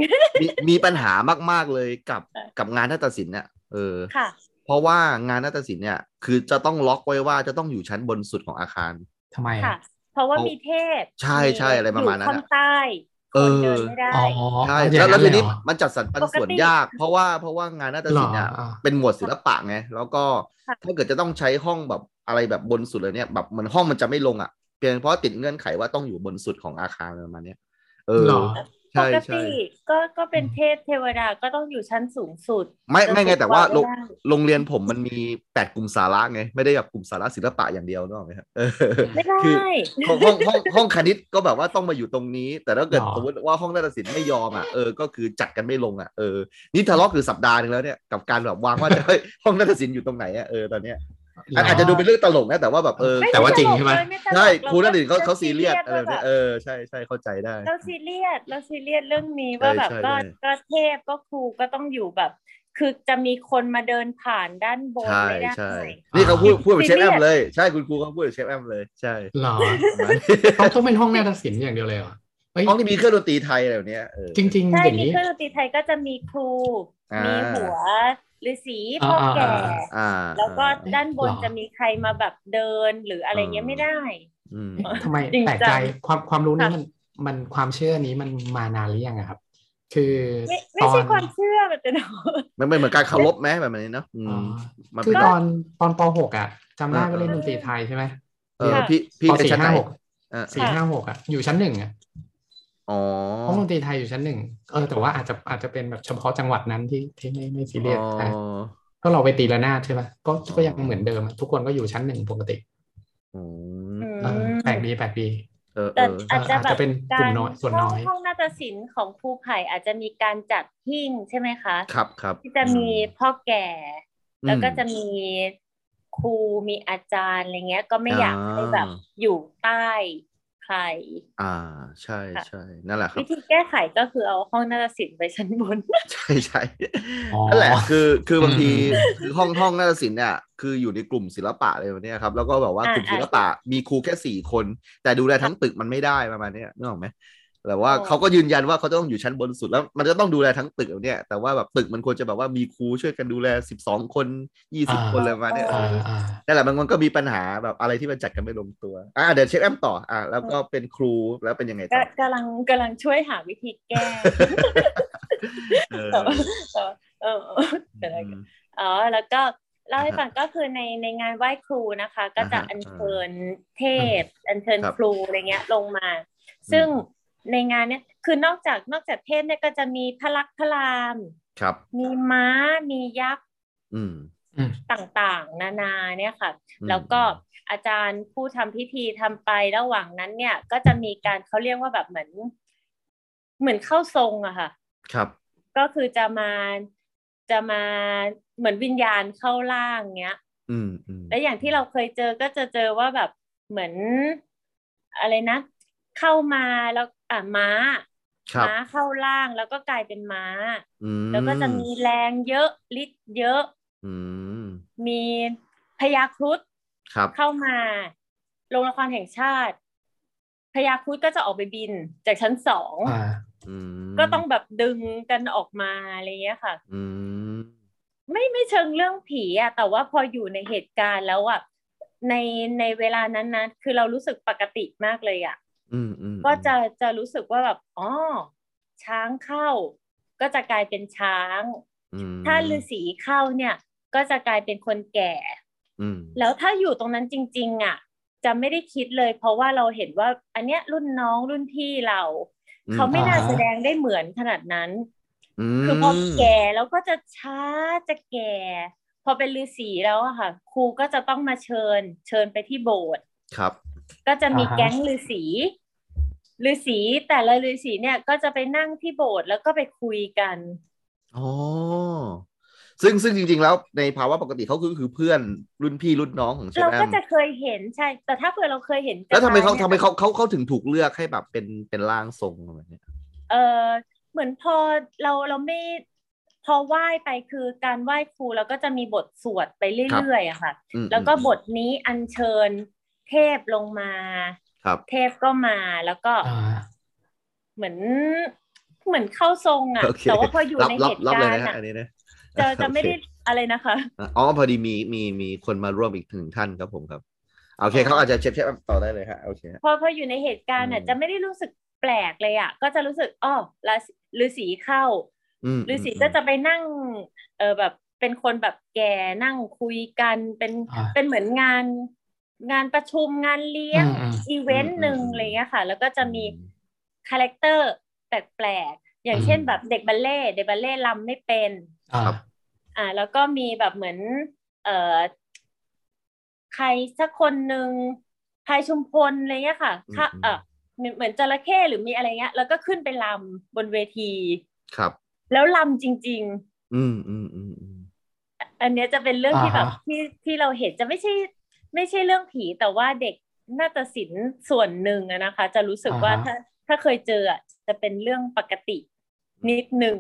มีมีปัญหามาก ๆเลยกับ
เออ
กับงานนาฏศิลป์เนี่ยเออ
ค่ะ
เพราะว่างานนาฏศิลป์เนี่ยคือจะต้องล็อกไว้ว่าจะต้องอยู่ชั้นบนสุดของอาคาร
ทำไม
ค่ะ
อ่ะ
เพราะว่า
เอามี
มีเทพ
ใช่ใช่อะไรประมาณนั้
อ
น
ยู่ข้าง
อะ
ใต้
เอ
เดิ
อ
นไม่ได้
อ๋อ
ใช่
เอาอย่า
แล้ว
ง
แล้ว
เล
ที
ย
นี้
เหรอ
มันจัดสรรปันส่วน
ปกติ
ยาก เพราะว่าเพราะว่างานนาฏ
หร
ศิ
อ
ลป์เนี่ย
อ่า
เป็นหมวดศิลปะไงแล้วก็
ค่ะ
ถ้าเกิดจะต้องใช้ห้องแบบอะไรแบบบนสุดเลยเนี่ยแบบเหมือนห้องมันจะไม่ลงอ่ะเพียงเพราะติดเงื่อนไขว่าต้องอยู่บนสุดของอาคารประมาณเนี้ยเออ
หรอ
ป
ใช่
ก
ใช่
ติก็ก็เป็นเทพเทวดาก็ต้องอยู่ชั้นสูงสุด
ไม่ไม่ไงแต่ว่าโรง
จะสู
โรงเรียนผมมันมีแปดกลุ่มสาระไงไม่ได้แบบกลุ่มสาระศิลปะอย่างเดียวนึกออกไหมครับเออ *laughs*
งกว่า
คื
ไม่
อ
ได้
ห้องห้องห้องห้องคณิตก็แบบว่าต้องมาอยู่ตรงนี้ แต่ถ้าเกิด
หรอ
สมมติว่าห้องนาฏศิลป์ไม่ยอมอ่ะเออก็คือจัดกันไม่ลงอ่ะเออนี่ทะเลาะคือสัปดาห์หนึงแล้วเนี่ยกับการแบบวางว่าจะเฮ้ยห้องนาฏศิลป์อยู่ตรงไหนอ่ะเออตอนเนี้ย
หร
อาจอาจจะดูเป็นเรื่องตลกนะแต่ว่าแบบเออ
แต่ว่าจริงใช่ไหม
ไม่ตลก
ใช่
เลยไม่ตลก
ครูนาฏศิลป์เขาเขาซีเรียสอะไร
เรา
แบบ
แบบ
เนี้ยเออใช่ใช่เข้าใจได้
เราซีเรียสเราซีเรียสเรื่องนี้ว่าแบบ
ใช่
ก็
ใช่
ก็เทพก็ครูก็ต้องอยู่แบบ คือจะมีคนมาเดินผ่านด้านบน
ใช่
ไม่ได้
ใช่นี่เขาพูดพูดเหมือนเชฟ
ซีเรี
แอ
ส
ยมเลยใช่คุณครูเขาพูดเหมือนเชฟแอมเลยใช่
หรอ
ประมาณนี้
ต้องต้องเป็นห้องนาฏศิลป์อย่างเดียวเลยเหรอเฮ้ย
ห้องที่มีเครื่องดนตรีไทยอะไรแบบเนี้ยเออ
จริง ๆ
ใช่
อย่าง
มี
นี้
เครื่องดนตรีไทยก็จะมีครู
อ่ามี
มีหัวฤาษีพ่อแก่
อ่าอ่าอ่า
อ่า
แล้วก็ด้านบน
หรอ
จะมีใครมาแบบเดินหรืออะไรเงี้ยไม่ได้
อืม
เอ๊ะทำไม
จริง
แปลกใจ
จัง
ความความรู้นี้
ค่ะ
มันมันความเชื่อนี้มันมานานหรือยังอะครับ คือ
ไม่
ต
ไม่
อน
ใช่ความเชื่อมันเป็น
มันเป็นเหมือนการเคารพไหมแบบนี้เนาะอืม
อ๋อ
มัน
คื
เป็
อน ตอนตอนป .6 อ่ะจำได้
เออ
ว่าเล่นดนตรีไทยใช่ไหม
เออ
ค่ะ
พี่พี่
ป
เป็น
สี่
ชั้นไหน
ห้าหก
อ่ะ
สี่ห้าหกอ่ะอยู่ชั้นหนึ่งอ่ะ
อ๋อ
ห้องดนตรีไทยอยู่ชั้นหนึ่งเออแต่ว่าอาจจะอาจจะเป็นแบบเฉพาะจังหวัดนั้นที่ที่ไม่ไม่ซีเรียส
อ๋อ
นะก็เราไปตีระนาดใช่ไหมก็ก็ยังเหมือนเดิมอะทุกคนก็อยู่ชั้นหนึ่งปกติ
อืม
อืม
เออแปลกดีแปลกดี
เออเอ
แต่
อ
อาจจะ
อาจ
แบ
จะ
บ
เป็นกลุ่มน้อย
าร
ส่วนน้อย
ห้งห้องนาฏศิลป์ของภูไผ่อาจจะมีการจัดหิ้งใช่ไหมคะ
ครับครับ
ที่จะมีพ่อแก่
อืม
แล้วก็จะมีครูมีอาจารย์อะไรเงี้ย ก็ไม่อยาก
อ่า
ให้แบบอยู่ใต้ใคร
อ่าใช่
ค่ะ
ใช่นั่นแหละครับ
วิธีแก้ไขก็คือเอาห้องนาฏศิลป์ไปชั้นบน
ใช่ใช่
อ๋อ
นั่นแหละคือคือบางที
อืม
คือห้องห้องนาฏศิลป์เนี่ยคืออยู่ในกลุ่มศิลปะเลยวันนี้ครับ แล้วก็แบบว่า
อ่าก
ลุ่มศิลปะมีครูแค่สี่คน แต่ดูแลทั้งตึกมันไม่ได้ประมาณเนี้ยนึกออกไหมแต่ว่า
อ๋อ
เขาก็ยืนยันว่าเขาจะต้องอยู่ชั้นบนสุดแล้ว มันจะต้องดูแลทั้งตึกแบบเนี่ยแต่ว่าแบบตึกมันควรจะแบบว่ามีครูช่วยกันดูแลสิบสองคนยี่สิบคนเลยประมาณเนี้ยเอ
อ่า
อ
อ่า
นั่นแหละมันก็มีปัญหาแบบอะไรที่มันจัดกันไม่ลงตัว อ่ะเดี๋ยวเชฟแอมต่อ อ่ะแล้วก็เป็นครูแล้วเป็นยังไงต่
ก็
อก
ำลังกำลังช่วยหาวิธีแก้
เออ
แต่ว่าแต่ว่าเออเออ *laughs* เดี๋ยวนะ
อืม
อ๋อ แล้วก็เล่าให้
อ่าฮะ
ฟังก็คือในในงานไหว้ครูนะคะ ก็จะ
อ่าฮะ
อัญเชิญเทพ อัญเชิญ
ครับ
ครูอะไรเงี้ยลงมา ซึ่ง
อืม
ในงานเนี้ยคือนอกจากนอกจากเทพเนี่ยก็จะมีพระลักษณ์พระราม
ครับ
มีม้ามียักษ์
อืม
ต่างๆ นานาเนี่ยค่ะ
อืม
แล้วก็อาจารย์ผู้ทำพิธีทำไประหว่างนั้นเนี่ย ก็จะมีการเขาเรียกว่าแบบเหมือน เหมือนเข้าทรงอะค่ะ
ครับ
ก็คือจะมาจะมาเหมือนวิญญาณเข้าร่างเงี้ย
อืมอืม
และอย่างที่เราเคยเจอก็จะเจอว่าแบบเหมือนอะไรนะ เข้ามาแล้วอ่ะม้า
ครับ
ม้าเข้าร่างแล้วก็กลายเป็นม้า
อืม
แล้วก็จะมีแรงเยอะฤทธิ์เยอะ
อืม
มีพยาครุฑ
ครับ
เข้ามาโรงละครแห่งชาติพยาครุฑก็จะออกไปบินจากชั้นสอง
อ่า
อืม
ก็ต้องแบบดึงกันออกมาอะไรเงี้ยค่ะ
อืม
ไม่ไม่เชิงเรื่องผีอะแต่ว่าพออยู่ในเหตุการณ์แล้วอะในในเวลานั้นนะคือเรารู้สึกปกติมากเลยอะ
อืมอืม
ก็จะจะรู้สึกว่าแบบอ๋อช้างเข้า ก็จะกลายเป็นช้าง
อืม
ถ้าฤาษีเข้าเนี่ย ก็จะกลายเป็นคนแก่
อืม
แล้วถ้าอยู่ตรงนั้นจริง ๆอะจะไม่ได้คิดเลย เพราะว่าเราเห็นว่า อันเนี้ยรุ่นน้องรุ่นพี่เรา เขาไม่น่า
อ่าฮะ
แสดงได้เหมือนขนาดนั้น
ม
คือพอแก่แล้วก็จะช้าจะแก่ พอเป็นฤาษีแล้วอะค่ะ ครูก็จะต้องมาเชิญ เชิญไปที่โบสถ์
ครับ
ก็จะมี
อ่าฮะ
แก๊งฤาษีฤาษีแต่ละฤาษีเนี่ยก็จะไปนั่งที่โบสถ์แล้วก็ไปคุยกัน
อ๋อ ซึ่งซึ่งจริง ๆ แล้วในภาวะปกติเขาคือคือเพื่อนรุ่นพี่รุ่นน้องของเช
เรา
ฟแอ
ก็
ม
จะเคยเห็นใช่ แต่ถ้าเผื่อเราเคยเห็น
แล้วทำไมเขา
นี่ย
ทำไมเขาเขาเขาถึงถูกเลือกให้แบบเป็นเป็นร่างทรงอะไรแบบเนี้ย
เออเหมือนพอเราเราไม่พอไหว้ไปคือการไหว้ครูแล้วก็จะมีบทสวดไปเรื่อยๆอะค่ะ
อืม
แล้วก็
อืม
บทนี้อัญเชิญเทพลงมา
ครับ
เทพก็มาแล้วก็
อ่า
เหมือนเหมือนเข้าทรงอ่ะ
โอเค
แต่ว่าพออยู่
รับ
ใน
รั
เห
บ
ตุ
รับ
กา
เลย
ร
นะ
ณ์
ฮะ
อะ
อันนี้นะ
จะจะ
โอเค
ไม่ได้อะไรนะคะ
อ๋อพอดีมีมีมีคนมาร่วมอีกถึงท่านครับผมครับ โอเคเขาอาจจะเชฟเชฟต่อได้เลยฮะโอเคฮะ
พอพออยู่ในเหตุการณ์อ่ะ
อืม
จะไม่ได้รู้สึกแปลกเลยอ่ะก็จะรู้สึกอ๋อราศีฤาษีเข้า
อืม
ฤาษี
อืม
ก็จะไปนั่งเออแบบเป็นคนแบบแก่นั่งคุยกันเป็น
อ่า
เป็นเหมือนงานงานประชุมงานเลี้ยง
อืมอืม
อีเวนต์หนึ่งอะไรเงี้ยค่ะ แล้วก็จะมี คาแรคเตอร์แปลกๆ อย่างเช่น
อืม
แบบเด็กบัลเล่ต์เด็กบัลเล่ต์รำไม่เป็น
อ่า
อ่า แล้วก็มีแบบเหมือน เอ่อ ใครสักคนหนึ่งพายชุมพลอะไรเงี้ยค่ะค่ะเออเหมือนเหมือนจระเข้หรือมีอะไรเงี้ย แล้วก็ขึ้นไปรำบนเวที
ครับ
แล้วรำจริง
อืมอืมอืมอืม
ๆ อันเนี้ยจะเป็นเรื่องที่แบบที่ที่เราเห็นจะไม่ใช่ ไม่ใช่เรื่องผีแต่ว่าเด็กนาฏศิลป์ส่วนหนึ่งอะนะคะ จะรู้สึกว่าถ้าถ้าเคยเจออะจะเป็นเรื่องปกตินิดหนึ่ง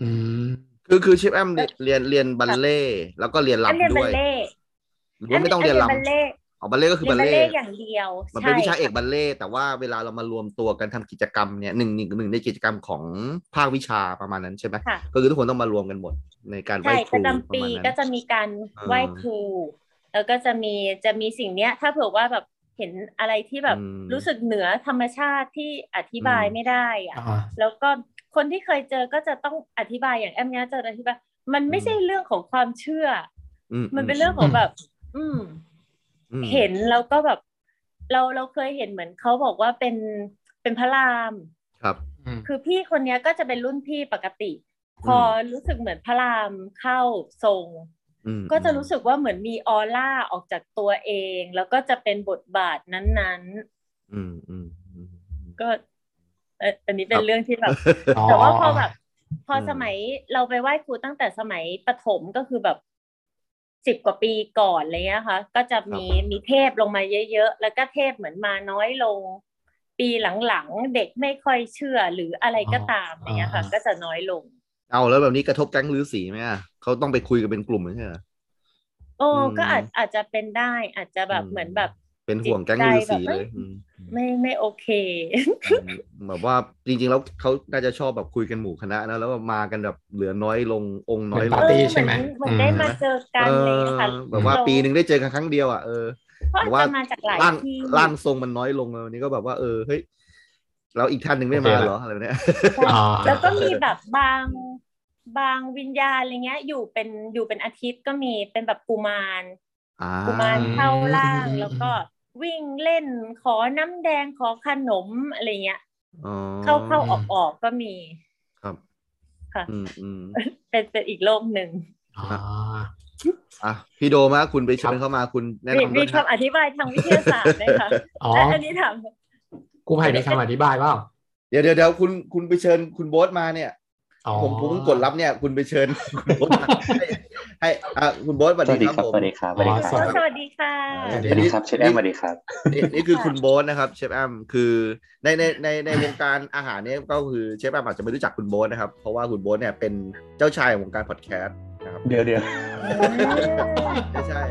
อืม
คือคือเชฟแอมเรียนเรียนบัลเล่ต์แล้วก็เรียน
อันเรียน
ลำด้
บั
ว
ล
ย
เล่ต์
หรือว่าไม่ต้องเรียนล
บัลเล่ต์
ำอ๋อบัลเล่ต์ก็คือ
เรีย
บั
น
ล
บัล
เล่
เล่
ต์
ต์อย่างเดียว
มันเป็นวิชา
ใ
เอกบัลเล่ต์แต่ว่าเวลาเรามารวมตัวกันทำกิจกรรมเนี่ยหนึ่งหนึ่งหนึ่งในกิจกรรมของภาควิชาประมาณนั้นใช่ไหม
ค่ะ
ก็คือทุกคนต้องมารวมกันหมดในการไหว้
ใช่
ค
ป
รู
ระจำ
ประ
ปี
มาณนั้น
ก็จะมีการไหว้ครู แล้วก็จะมีจะมีสิ่งเนี้ย ถ้าเผื่อว่าแบบเห็นอะไรที่แบบ
อืม
รู้สึกเหนือธรรมชาติที่อธิบาย
อืม
ไม่ได้อะ
อ่า
แล้วก็คนที่เคยเจอก็จะต้องอธิบายอย่างแอมเนี้ยจะอธิบายมันไม่ใช่เรื่องของความเชื่อ
อื
มันเป็นเรื่องของแบบ อืม
อืม
เห็นแล้วก็แบบ เราเราเคยเห็นเหมือนเขาบอกว่าเป็นเป็นพระราม
ครับ
อืม
คือพี่คนเนี้ยก็จะเป็นรุ่นพี่ปกติ พอรู้สึกเหมือนพระรามเข้าทรง
อืม
ก็จะรู้สึกว่าเหมือนมีออร่าออกจากตัวเอง แล้วก็จะเป็นบทบาทนั้น
อืมอืมอืม
ๆ ก็เอ่ออันนี้เป็
ครั
น
บ
เรื่องที่แบบ
อ๋อ
แต่ว่าพอแบบ พออ
ม
สมัยเราไปไหว้ครูตั้งแต่สมัยประถมก็คือแบบสิบกว่าปีก่อนอะไรเลยนะคะก็จะมีมีเทพลงมาเยอะๆ แล้วก็เทพเหมือนมาน้อยลง ปีหลังๆ เด็กไม่ค่อยเชื่อหรืออะไรก็ตามอะไรเงี้ยค่ะ ก็จะน้อยลง
เอาแล้วแบบนี้กระทบแก๊งฤาษีไหมอ่ะเขาต้องไปคุยกันเป็นกลุ่มใช่ไหม
โอ้
อืม
ก็อาจอาจจะเป็นได้อาจจะแบบ
อืม
เหมือนแบบ
เป็นห่วงแก๊งฤาษีเลยอืม
ไม่ไม่โอเค
แบบว่าจริงๆแล้วเขาน่าจะชอบแบบคุยกันหมู่คณะนะแล้วก็มากันแบบเหลือน้อยลงองค์น้อยล
ปาง ร์ตี้ใช่ไหม
เอนเหมือนได้มาเจอกัน
เอ
อะไรเล
อย
ค่ะ
แบบว่าปีหนึ่งได้เจอกันครั้งเดียวอ่ะเออ
เพราะอาจ
แต่ว่า
จะมาจากหลาย
ร่าง
ที่
ร่างทรงมันน้อยลงเลยวันนี้ก็แบบว่าเออเฮ้ยแล้วอีกท่านหนึ่งไม่มาเหรออะไรแบบเนี้ย
อ๋อ
แล้วก็มีแบบบางบางวิญญาณอะไรเงี้ย อยู่เป็นอยู่เป็นอาทิตย์ก็มีเป็นแบบกุมาร
อ่า
กุมารเข้าร่างแล้วก็วิ่งเล่นขอน้ำแดงขอขนมอะไรเงี้ย
อ๋อ
เข้าเข้าออกออกก็มี
ครับ
ค่ะ
อืมอืม
เป็นเป็นอีกโลกหนึ่ง
อ๋อ
อ่ะพี่โดมาคุณไปเชิญ
ครับ
เข้ามาคุณแนะ
มี
นำด้
มี
วยนะ
คำอธิบายทางวิทยาศาสตร์ไหมคะ
อ๋อ
และอันนี้ถาม
กูภัยมีคำอธิบายเปล่า
เดี๋ยวเดี๋ยวเดี๋ยวคุณคุณไปเชิญคุณโบ๊ทมาเนี่ย
อ๋อ
ผมผมกดรับเนี่ย คุณไปเชิญ *laughs* คุณโบ๊ทมาให้ให้อ่ะคุณโบ๊ทสวัส
สวัส
ดี
ดี
ครับ
ครับ
ผม
ส
สวั
อ๋อ
วัสดีครับ สวัสดีครับ
สดีค่ะ
สวัสดี
สวัสดีครับเชฟแอมสวัสดีครับ
นี่นี่คือคุณโบ๊ทนะครับเชฟแอมคือในในในในวงการอาหารเนี่ยก็คือเชฟแอมอาจจะไม่รู้จักคุณโบ๊ทนะครับ เพราะว่าคุณโบ๊ทเนี่ยเป็นเจ้าชายของวงการพอดแคสต์นะครับ
เดี๋ยวเดี๋ยว
ไม่ใช่